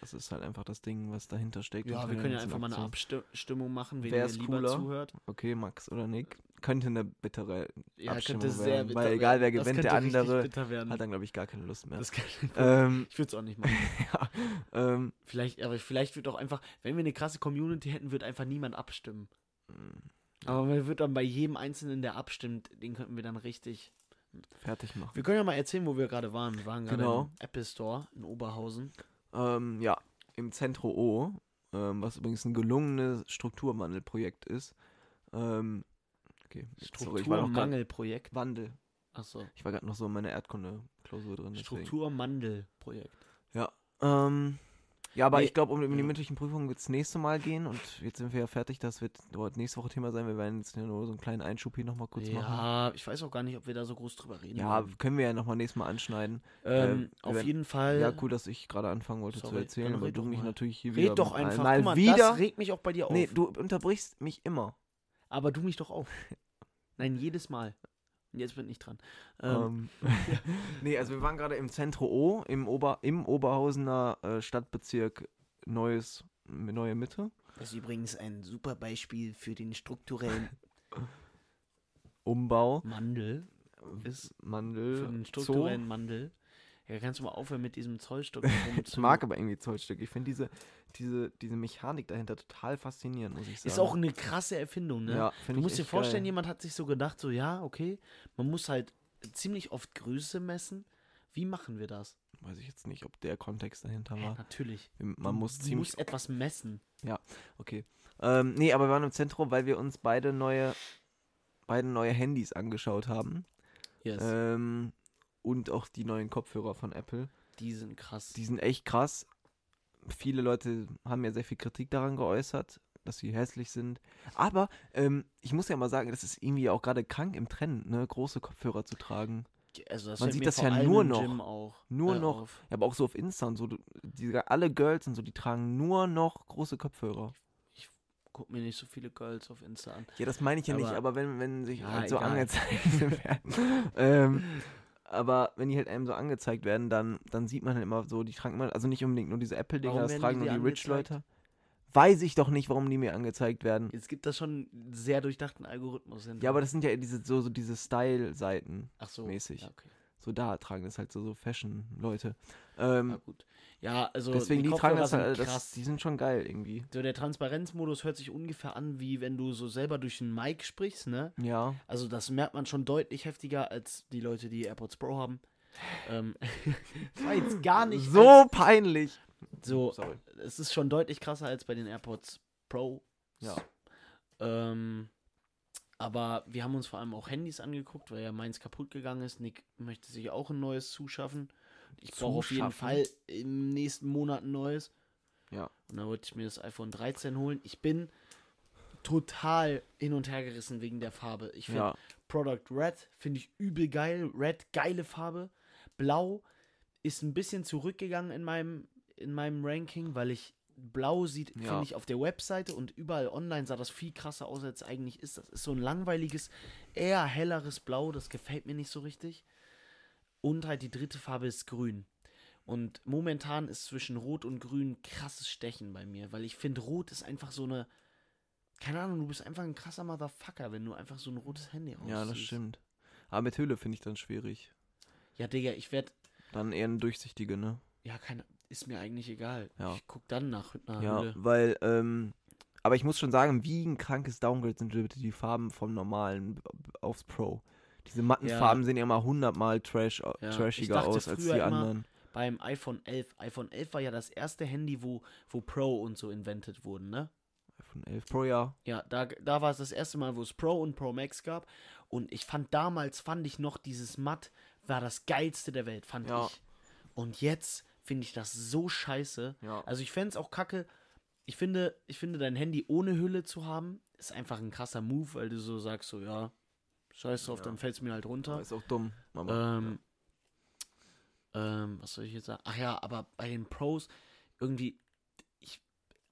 [SPEAKER 1] Das ist halt einfach das Ding, was dahinter steckt.
[SPEAKER 2] Ja,
[SPEAKER 1] hinter
[SPEAKER 2] wir
[SPEAKER 1] der
[SPEAKER 2] können ja
[SPEAKER 1] ganzen
[SPEAKER 2] einfach mal eine
[SPEAKER 1] Aktion.
[SPEAKER 2] Abstimmung machen, wen
[SPEAKER 1] Wer
[SPEAKER 2] ihr
[SPEAKER 1] ist
[SPEAKER 2] lieber
[SPEAKER 1] cooler?
[SPEAKER 2] zuhört.
[SPEAKER 1] Okay, Max oder Nick. Könnte eine bittere
[SPEAKER 2] Ja,
[SPEAKER 1] Abstimmung
[SPEAKER 2] könnte sehr
[SPEAKER 1] werden,
[SPEAKER 2] bitter
[SPEAKER 1] weil egal, wer
[SPEAKER 2] werden. Das
[SPEAKER 1] gewinnt, der
[SPEAKER 2] könnte richtig
[SPEAKER 1] andere
[SPEAKER 2] bitter werden.
[SPEAKER 1] hat dann, glaube ich, gar keine Lust mehr.
[SPEAKER 2] das kann,
[SPEAKER 1] Ähm,
[SPEAKER 2] ich würde es auch nicht machen.
[SPEAKER 1] ja, ähm,
[SPEAKER 2] Vielleicht, aber vielleicht wird auch einfach, wenn wir eine krasse Community hätten, wird einfach niemand abstimmen. Aber man wird dann bei jedem Einzelnen, der abstimmt, den könnten wir dann richtig.
[SPEAKER 1] fertig machen.
[SPEAKER 2] Wir können ja mal erzählen, wo wir gerade waren. Wir waren gerade
[SPEAKER 1] Genau.
[SPEAKER 2] im Apple Store in Oberhausen.
[SPEAKER 1] Ähm, ja, im Zentro O, ähm, was übrigens ein gelungenes Strukturwandelprojekt ist. Ähm, okay, sorry, ich war noch grad-
[SPEAKER 2] Strukturmandelprojekt.
[SPEAKER 1] Wandel.
[SPEAKER 2] Achso.
[SPEAKER 1] Ich war gerade noch so in meiner Erdkunde-Klausur drin. deswegen.
[SPEAKER 2] Strukturmandelprojekt.
[SPEAKER 1] Ähm, ja, aber
[SPEAKER 2] Nee,
[SPEAKER 1] ich glaube, um, um die
[SPEAKER 2] ja.
[SPEAKER 1] mündlichen Prüfungen wird es nächste Mal gehen und jetzt sind wir ja fertig. Das wird dort nächste Woche Thema sein. Wir werden jetzt nur so einen kleinen Einschub hier nochmal kurz machen.
[SPEAKER 2] Ja, ich weiß auch gar nicht, ob wir da so groß drüber reden.
[SPEAKER 1] Ja,
[SPEAKER 2] wollen.
[SPEAKER 1] können wir ja nochmal nächstes Mal anschneiden.
[SPEAKER 2] ähm,
[SPEAKER 1] ähm,
[SPEAKER 2] auf
[SPEAKER 1] wir-
[SPEAKER 2] jeden Fall.
[SPEAKER 1] ja, cool, dass ich gerade anfangen wollte zu
[SPEAKER 2] Sorry,
[SPEAKER 1] erzählen,
[SPEAKER 2] dann
[SPEAKER 1] aber
[SPEAKER 2] red
[SPEAKER 1] du
[SPEAKER 2] doch
[SPEAKER 1] mich
[SPEAKER 2] mal.
[SPEAKER 1] natürlich hier wieder.
[SPEAKER 2] Red doch einfach.
[SPEAKER 1] Mal
[SPEAKER 2] Guck mal,
[SPEAKER 1] wieder.
[SPEAKER 2] Das regt mich auch bei dir auf.
[SPEAKER 1] nee, du unterbrichst mich immer.
[SPEAKER 2] Aber du mich doch auch. Nein, jedes Mal. Und jetzt bin ich dran. Ähm,
[SPEAKER 1] Ähm. nee, also wir waren gerade im Zentro O, im, Ober, im Oberhausener äh, Stadtbezirk Neues, Neue Mitte.
[SPEAKER 2] das ist übrigens ein super Beispiel für den strukturellen
[SPEAKER 1] Umbau.
[SPEAKER 2] Mandel. Ist Für
[SPEAKER 1] Mandel.
[SPEAKER 2] den
[SPEAKER 1] Zoo.
[SPEAKER 2] strukturellen Mandel. Ja, kannst du mal aufhören mit diesem Zollstock
[SPEAKER 1] Ich mag aber irgendwie Zollstück. Ich finde diese, diese, diese Mechanik dahinter total faszinierend, muss ich sagen.
[SPEAKER 2] Ist auch eine krasse Erfindung, ne?
[SPEAKER 1] Ja, find
[SPEAKER 2] du
[SPEAKER 1] ich
[SPEAKER 2] musst dir
[SPEAKER 1] echt
[SPEAKER 2] vorstellen,
[SPEAKER 1] geil.
[SPEAKER 2] jemand hat sich so gedacht, so, ja, okay, man muss halt ziemlich oft Größe messen. Wie machen wir das?
[SPEAKER 1] Weiß ich jetzt nicht, ob der Kontext dahinter war.
[SPEAKER 2] Natürlich.
[SPEAKER 1] Man muss
[SPEAKER 2] Du
[SPEAKER 1] ziemlich.
[SPEAKER 2] musst etwas messen.
[SPEAKER 1] Okay. Ähm, nee, aber wir waren im Zentrum, weil wir uns beide neue, beide neue Handys angeschaut haben.
[SPEAKER 2] Yes.
[SPEAKER 1] Ähm, und auch die neuen Kopfhörer von Apple.
[SPEAKER 2] die sind krass.
[SPEAKER 1] Die sind echt krass. Viele Leute haben ja sehr viel Kritik daran geäußert, dass sie hässlich sind. Aber ähm, ich muss ja mal sagen, das ist irgendwie auch gerade krank im Trend, ne? große Kopfhörer zu tragen.
[SPEAKER 2] also das
[SPEAKER 1] man
[SPEAKER 2] fällt
[SPEAKER 1] sieht
[SPEAKER 2] mir
[SPEAKER 1] das
[SPEAKER 2] vor
[SPEAKER 1] ja
[SPEAKER 2] allem
[SPEAKER 1] nur
[SPEAKER 2] im
[SPEAKER 1] noch.
[SPEAKER 2] Gym Auch,
[SPEAKER 1] Nur
[SPEAKER 2] äh,
[SPEAKER 1] noch.
[SPEAKER 2] Auf.
[SPEAKER 1] Ja, aber auch so auf Insta und so, du- die, alle Girls und so, die tragen nur noch große Kopfhörer.
[SPEAKER 2] guck mir nicht so viele Girls auf Insta an.
[SPEAKER 1] Ja, das meine ich ja nicht,
[SPEAKER 2] Aber-
[SPEAKER 1] aber wenn, wenn sich
[SPEAKER 2] Ja,
[SPEAKER 1] halt so
[SPEAKER 2] egal.
[SPEAKER 1] angezeigt werden. ähm, aber wenn die halt einem so angezeigt werden, dann, dann sieht man halt immer so, die tragen immer, also nicht unbedingt nur diese Apple-Dinger,
[SPEAKER 2] Warum
[SPEAKER 1] das
[SPEAKER 2] werden
[SPEAKER 1] tragen
[SPEAKER 2] die
[SPEAKER 1] nur die
[SPEAKER 2] dir angezeigt?
[SPEAKER 1] Rich-Leute. Weiß ich doch nicht, warum die mir angezeigt werden.
[SPEAKER 2] Es gibt da schon einen sehr durchdachten Algorithmus hinter.
[SPEAKER 1] Ja, aber das sind ja eh diese, so, so diese Style-Seiten.
[SPEAKER 2] Ach so.
[SPEAKER 1] mäßig.
[SPEAKER 2] Ja, okay.
[SPEAKER 1] So da tragen das halt so, so Fashion-Leute. Ähm,
[SPEAKER 2] ja, gut. Ja, also
[SPEAKER 1] deswegen, die
[SPEAKER 2] Kopfhörer
[SPEAKER 1] tragen das
[SPEAKER 2] sind
[SPEAKER 1] halt, das,
[SPEAKER 2] krass.
[SPEAKER 1] die sind schon geil irgendwie.
[SPEAKER 2] so der Transparenzmodus hört sich ungefähr an, wie wenn du so selber durch den Mic sprichst, ne?
[SPEAKER 1] Ja.
[SPEAKER 2] Also das merkt man schon deutlich heftiger als die Leute, die AirPods Pro haben. Ähm, das war jetzt gar nicht
[SPEAKER 1] so peinlich.
[SPEAKER 2] als, so.
[SPEAKER 1] Sorry.
[SPEAKER 2] Es ist schon deutlich krasser als bei den AirPods Pro.
[SPEAKER 1] Ja.
[SPEAKER 2] Ähm, aber wir haben uns vor allem auch Handys angeguckt, weil ja meins kaputt gegangen ist. Nick möchte sich auch ein neues zuschaffen. Ich brauche auf jeden
[SPEAKER 1] Zuschaffen?
[SPEAKER 2] Fall im nächsten Monat ein neues.
[SPEAKER 1] Ja.
[SPEAKER 2] Und dann wollte ich mir das iPhone 13 holen. Ich bin total hin und her gerissen wegen der Farbe. Ich finde
[SPEAKER 1] Ja.
[SPEAKER 2] Product Red finde ich übel geil. Red, geile Farbe. Blau ist ein bisschen zurückgegangen in meinem, in meinem Ranking, weil ich blau sieht,
[SPEAKER 1] Ja.
[SPEAKER 2] finde ich, auf der Webseite und überall online sah das viel krasser aus, als es eigentlich ist. Das ist so ein langweiliges, eher helleres Blau. Das gefällt mir nicht so richtig. Und halt die dritte Farbe ist grün. Und momentan ist zwischen Rot und Grün krasses Stechen bei mir, weil ich finde, Rot ist einfach so eine. Keine Ahnung, du bist einfach ein krasser Motherfucker, wenn du einfach so ein rotes Handy rausziehst.
[SPEAKER 1] ja, das stimmt. Aber mit Hülle finde ich dann schwierig.
[SPEAKER 2] Ja, Digga, ich werde.
[SPEAKER 1] Dann eher eine durchsichtige, ne?
[SPEAKER 2] Ja, keine. Ist mir eigentlich egal.
[SPEAKER 1] Ja.
[SPEAKER 2] Ich guck dann nach einer
[SPEAKER 1] ja,
[SPEAKER 2] Hülle.
[SPEAKER 1] weil, ähm, aber ich muss schon sagen, wie ein krankes Downgrade sind bitte die Farben vom normalen b- b- aufs Pro. Diese matten
[SPEAKER 2] Ja.
[SPEAKER 1] Farben sehen ja immer hundertmal trash,
[SPEAKER 2] Ja, ich
[SPEAKER 1] trashiger
[SPEAKER 2] dachte
[SPEAKER 1] aus als die
[SPEAKER 2] früher immer,
[SPEAKER 1] anderen.
[SPEAKER 2] Beim iPhone 11. iPhone 11 war ja das erste Handy, wo, wo Pro und so invented wurden, ne?
[SPEAKER 1] iPhone 11 Pro, ja.
[SPEAKER 2] Ja, da, da war es das erste Mal, wo es Pro und Pro Max gab. Und ich fand damals, fand ich noch, dieses Matt war das geilste der Welt, fand
[SPEAKER 1] Ja.
[SPEAKER 2] ich. Und jetzt finde ich das so scheiße.
[SPEAKER 1] Ja.
[SPEAKER 2] Also ich fände es auch kacke. Ich finde, ich finde, dein Handy ohne Hülle zu haben, ist einfach ein krasser Move, weil du so sagst, so ja, scheiß drauf,
[SPEAKER 1] Ja.
[SPEAKER 2] dann fällt es mir halt runter.
[SPEAKER 1] Ist auch dumm. Mama.
[SPEAKER 2] Ähm, ähm, was soll ich jetzt sagen? Ach ja, aber bei den Pros irgendwie, ich,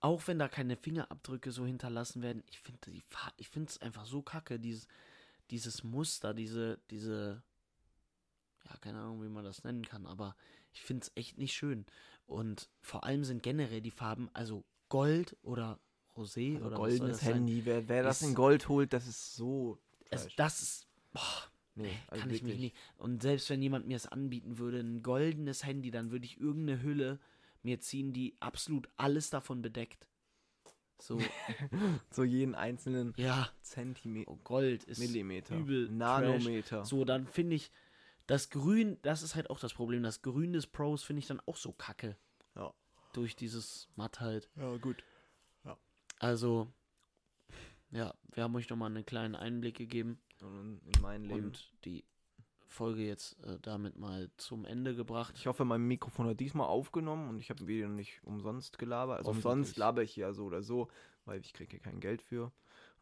[SPEAKER 2] auch wenn da keine Fingerabdrücke so hinterlassen werden, ich finde die Fa- ich finde es einfach so kacke, dieses, dieses Muster, diese, diese, ja, keine Ahnung, wie man das nennen kann, aber ich finde es echt nicht schön. Und vor allem sind generell die Farben, also Gold oder Rosé
[SPEAKER 1] Also
[SPEAKER 2] oder was soll
[SPEAKER 1] goldenes
[SPEAKER 2] das sein?
[SPEAKER 1] Handy. Wer, wer das
[SPEAKER 2] Ist-
[SPEAKER 1] in Gold holt, das ist so.
[SPEAKER 2] Also
[SPEAKER 1] trash.
[SPEAKER 2] das ist, boah,
[SPEAKER 1] nee,
[SPEAKER 2] kann
[SPEAKER 1] also
[SPEAKER 2] ich mich
[SPEAKER 1] wirklich.
[SPEAKER 2] nicht. Und selbst wenn jemand mir es anbieten würde, ein goldenes Handy, dann würde ich irgendeine Hülle mir ziehen, die absolut alles davon bedeckt. So,
[SPEAKER 1] So jeden einzelnen
[SPEAKER 2] ja,
[SPEAKER 1] Zentimeter,
[SPEAKER 2] oh, Gold ist
[SPEAKER 1] Millimeter,
[SPEAKER 2] übel
[SPEAKER 1] Nanometer.
[SPEAKER 2] Trash. So, dann finde ich das Grün, das ist halt auch das Problem. Das Grün des Pros finde ich dann auch so kacke.
[SPEAKER 1] Ja.
[SPEAKER 2] Durch dieses Matt halt.
[SPEAKER 1] Ja, gut.
[SPEAKER 2] Also, ja, wir haben euch nochmal einen kleinen Einblick gegeben.
[SPEAKER 1] Und in mein Leben.
[SPEAKER 2] und die Folge jetzt äh, damit mal zum Ende gebracht.
[SPEAKER 1] ich hoffe, mein Mikrofon hat diesmal aufgenommen und ich habe ein Video nicht umsonst gelabert. Also umsonst
[SPEAKER 2] Hoffentlich.
[SPEAKER 1] laber ich ja so oder so, weil ich kriege hier kein Geld für.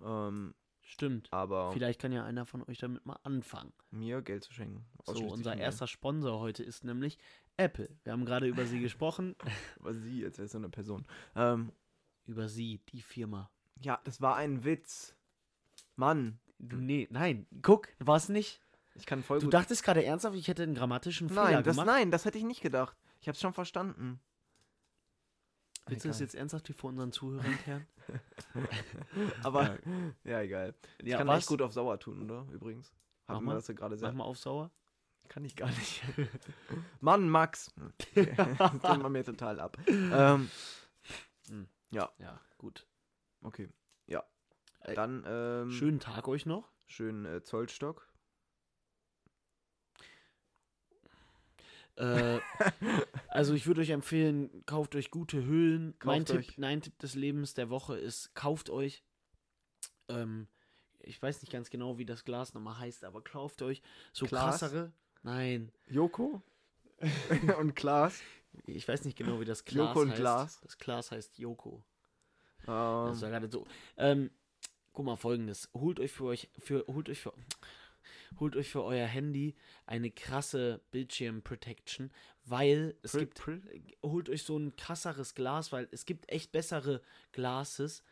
[SPEAKER 1] Ähm,
[SPEAKER 2] Stimmt.
[SPEAKER 1] aber
[SPEAKER 2] Vielleicht kann ja einer von euch damit mal anfangen.
[SPEAKER 1] mir Geld zu schenken.
[SPEAKER 2] So,
[SPEAKER 1] ausschließlich
[SPEAKER 2] unser
[SPEAKER 1] mir.
[SPEAKER 2] erster Sponsor heute ist nämlich Apple. Wir haben gerade über sie gesprochen.
[SPEAKER 1] Aber sie, jetzt wäre so eine Person. Ähm,
[SPEAKER 2] über sie, die Firma.
[SPEAKER 1] ja, das war ein Witz. Mann,
[SPEAKER 2] Du, nee, nein, guck, war es nicht.
[SPEAKER 1] ich kann voll
[SPEAKER 2] Du
[SPEAKER 1] gut...
[SPEAKER 2] dachtest gerade ernsthaft, ich hätte einen grammatischen Fehler
[SPEAKER 1] nein, das,
[SPEAKER 2] gemacht.
[SPEAKER 1] nein, das hätte ich nicht gedacht. Ich habe es schon verstanden.
[SPEAKER 2] Willst du das
[SPEAKER 1] Egal.
[SPEAKER 2] jetzt ernsthaft hier vor unseren Zuhörern klären?
[SPEAKER 1] Aber, ja, egal. Ich
[SPEAKER 2] Ja,
[SPEAKER 1] kann
[SPEAKER 2] was?
[SPEAKER 1] echt gut auf sauer tun, oder? Übrigens.
[SPEAKER 2] Mach
[SPEAKER 1] Haben
[SPEAKER 2] mal.
[SPEAKER 1] wir das ja gerade
[SPEAKER 2] Mach
[SPEAKER 1] sehr.
[SPEAKER 2] mal auf sauer.
[SPEAKER 1] Kann ich gar nicht. Mann, Max. Hm. das nimmt man mir total ab. Ähm,
[SPEAKER 2] Ja, gut.
[SPEAKER 1] okay. Ja.
[SPEAKER 2] Ey.
[SPEAKER 1] Dann ähm, schön,
[SPEAKER 2] Schönen Tag euch noch.
[SPEAKER 1] äh, Zollstock.
[SPEAKER 2] Äh, also ich würde euch empfehlen, kauft euch gute Hüllen.
[SPEAKER 1] Kauft
[SPEAKER 2] mein
[SPEAKER 1] euch-
[SPEAKER 2] Tipp, mein Tipp des Lebens der Woche ist, kauft euch. Ähm, ich weiß nicht ganz genau, wie das Glas nochmal heißt, aber kauft euch so
[SPEAKER 1] Glas?
[SPEAKER 2] krassere. Nein,
[SPEAKER 1] Joko und Klaas.
[SPEAKER 2] ich weiß nicht genau, wie das Glas
[SPEAKER 1] Joko und
[SPEAKER 2] heißt.
[SPEAKER 1] Glas.
[SPEAKER 2] Das Glas heißt Joko. Das
[SPEAKER 1] Ähm,
[SPEAKER 2] war gerade so. Ähm, guck mal, folgendes. Holt euch für euch, für, holt euch für, holt euch für euer Handy eine krasse Bildschirm-Protection, weil es
[SPEAKER 1] Pr-
[SPEAKER 2] gibt, holt euch so ein krasseres Glas, weil es gibt echt bessere Glases,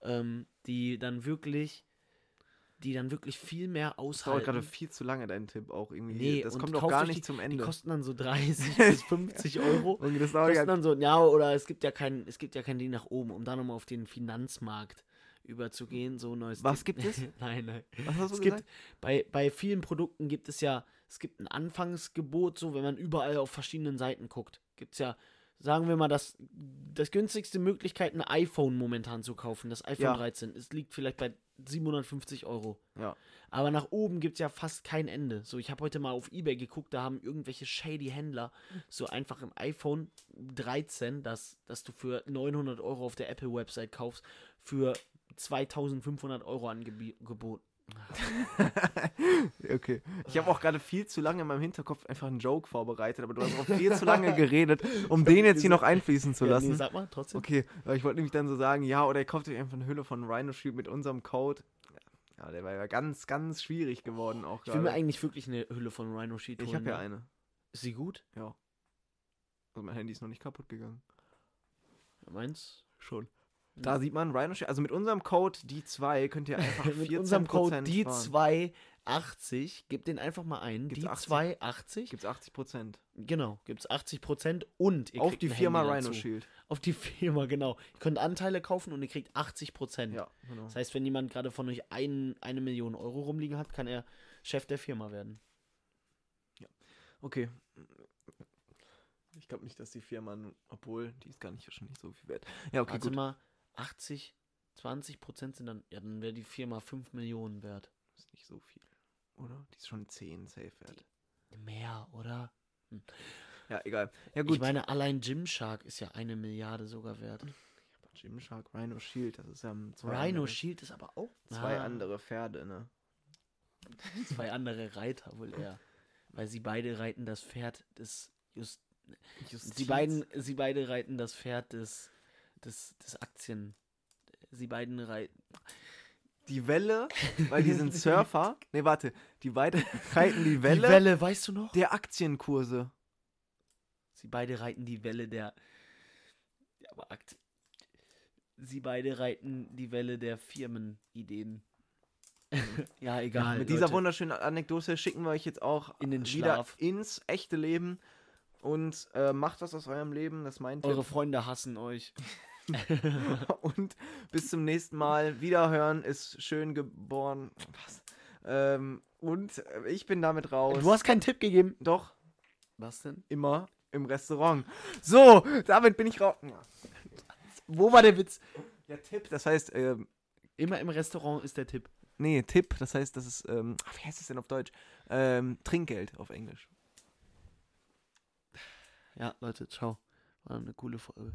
[SPEAKER 2] ähm, die dann wirklich, die dann wirklich viel mehr
[SPEAKER 1] das dauert gerade
[SPEAKER 2] aushalten.
[SPEAKER 1] viel zu lange, dein Tipp auch irgendwie.
[SPEAKER 2] Nee,
[SPEAKER 1] das
[SPEAKER 2] und
[SPEAKER 1] kommt doch
[SPEAKER 2] kauft
[SPEAKER 1] gar
[SPEAKER 2] euch
[SPEAKER 1] nicht
[SPEAKER 2] die-
[SPEAKER 1] zum
[SPEAKER 2] Die
[SPEAKER 1] Ende.
[SPEAKER 2] kosten dann so 30 bis 50 Euro.
[SPEAKER 1] Und das dauert
[SPEAKER 2] Kosten
[SPEAKER 1] ja,
[SPEAKER 2] dann so, ja, oder es gibt ja keinen, es gibt ja kein Ding nach oben, um dann nochmal auf den Finanzmarkt überzugehen, so ein neues
[SPEAKER 1] Was
[SPEAKER 2] Ding.
[SPEAKER 1] gibt es?
[SPEAKER 2] nein, nein.
[SPEAKER 1] was hast du
[SPEAKER 2] Es
[SPEAKER 1] gesagt?
[SPEAKER 2] gibt, bei, bei vielen Produkten gibt es ja, es gibt ein Anfangsgebot, so wenn man überall auf verschiedenen Seiten guckt, gibt es ja, sagen wir mal, das, das günstigste Möglichkeit, ein iPhone momentan zu kaufen, das iPhone
[SPEAKER 1] Ja.
[SPEAKER 2] 13. Es liegt vielleicht bei 750 Euro.
[SPEAKER 1] Ja.
[SPEAKER 2] Aber nach oben gibt es ja fast kein Ende. So, ich habe heute mal auf Ebay geguckt, da haben irgendwelche shady Händler so einfach im iPhone 13, das, das du für 900 Euro auf der Apple-Website kaufst, für 2500 Euro angeboten.
[SPEAKER 1] Okay. Ich habe auch gerade viel zu lange in meinem Hinterkopf einfach einen Joke vorbereitet, aber du hast auch viel zu lange geredet, um den jetzt hier noch einfließen zu
[SPEAKER 2] Ja, nee,
[SPEAKER 1] lassen.
[SPEAKER 2] sag mal, trotzdem.
[SPEAKER 1] Okay, weil ich wollte nämlich dann so sagen, ja, oder ihr kauft euch einfach eine Hülle von Rhino Shield mit unserem Code. Ja, der war ja ganz, ganz schwierig geworden auch
[SPEAKER 2] Ich will mir
[SPEAKER 1] gerade.
[SPEAKER 2] eigentlich wirklich eine Hülle von Rhino Sheet holen.
[SPEAKER 1] Ich habe ja
[SPEAKER 2] ne?
[SPEAKER 1] eine.
[SPEAKER 2] Ist sie gut?
[SPEAKER 1] Ja. Also mein Handy ist noch nicht kaputt gegangen.
[SPEAKER 2] Meins?
[SPEAKER 1] Schon.
[SPEAKER 2] Ja.
[SPEAKER 1] Da sieht man Rhino Shield. Also mit unserem Code die2 könnt ihr einfach 14%
[SPEAKER 2] Mit unserem Code
[SPEAKER 1] sparen.
[SPEAKER 2] die280, gib den einfach mal ein.
[SPEAKER 1] Gibt's 80?
[SPEAKER 2] die280?
[SPEAKER 1] Gibt's 80%.
[SPEAKER 2] Genau, gibt's 80% und ihr
[SPEAKER 1] Auf
[SPEAKER 2] kriegt
[SPEAKER 1] die
[SPEAKER 2] ein
[SPEAKER 1] Firma
[SPEAKER 2] Handy
[SPEAKER 1] Rhino
[SPEAKER 2] dazu.
[SPEAKER 1] Shield.
[SPEAKER 2] Auf die Firma, genau. Ihr könnt Anteile kaufen und ihr kriegt 80%.
[SPEAKER 1] Ja, genau.
[SPEAKER 2] Das heißt, wenn jemand gerade von euch ein, eine Million Euro rumliegen hat, kann er Chef der Firma werden.
[SPEAKER 1] Okay. Ich glaube nicht, dass die Firma, nun- obwohl, die ist gar nicht wahrscheinlich so viel wert. Ja, okay,
[SPEAKER 2] Warte
[SPEAKER 1] Ah, gut.
[SPEAKER 2] mal, 80, 20% sind dann, ja, dann wäre die Firma 5 Millionen wert.
[SPEAKER 1] Ist nicht so viel. Oder? Die ist schon 10 safe wert.
[SPEAKER 2] Mehr, oder?
[SPEAKER 1] Ja, egal. Ja, gut.
[SPEAKER 2] Ich meine, allein Gymshark ist ja eine Milliarde sogar wert.
[SPEAKER 3] Gymshark, Rhino Shield, das ist ja ähm, zwei,
[SPEAKER 2] Rhino
[SPEAKER 3] andere,
[SPEAKER 2] Shield ist aber auch
[SPEAKER 3] zwei
[SPEAKER 2] Ah,
[SPEAKER 3] andere Pferde, ne?
[SPEAKER 2] zwei andere Reiter wohl eher, weil sie beide reiten das Pferd des Just, sie beiden sie beide reiten das Pferd des des des Aktien. Sie beiden reiten
[SPEAKER 1] Die Welle, weil die sind Surfer. Nee, warte. Die beiden reiten die Welle,
[SPEAKER 2] Die Welle, weißt du noch?
[SPEAKER 1] der Aktienkurse.
[SPEAKER 2] Sie beide reiten die Welle der ja, aber Akt. Sie beide reiten die Welle der Firmenideen. ja, egal.
[SPEAKER 1] Mit
[SPEAKER 2] Leute.
[SPEAKER 1] dieser wunderschönen Anekdote schicken wir euch jetzt auch
[SPEAKER 2] In den
[SPEAKER 1] wieder
[SPEAKER 2] Schlaf.
[SPEAKER 1] ins echte Leben. Und äh, macht was aus eurem Leben, das meint
[SPEAKER 2] Eure Freunde hassen euch.
[SPEAKER 1] Und bis zum nächsten Mal. Wiederhören ist schön geboren. Was? Ähm, und äh, ich bin damit raus.
[SPEAKER 2] Du hast keinen Tipp gegeben.
[SPEAKER 1] doch
[SPEAKER 2] Was denn?
[SPEAKER 1] immer im Restaurant. So, damit bin ich raus.
[SPEAKER 2] Wo war der Witz?
[SPEAKER 1] Ja, Tipp, das heißt, ähm,
[SPEAKER 2] Immer im Restaurant ist der Tipp.
[SPEAKER 1] nee, Tipp, das heißt, das ist, ähm, ah, wie heißt es denn auf Deutsch? Ähm, Trinkgeld auf Englisch.
[SPEAKER 2] Ja, Leute, ciao. War eine coole Folge.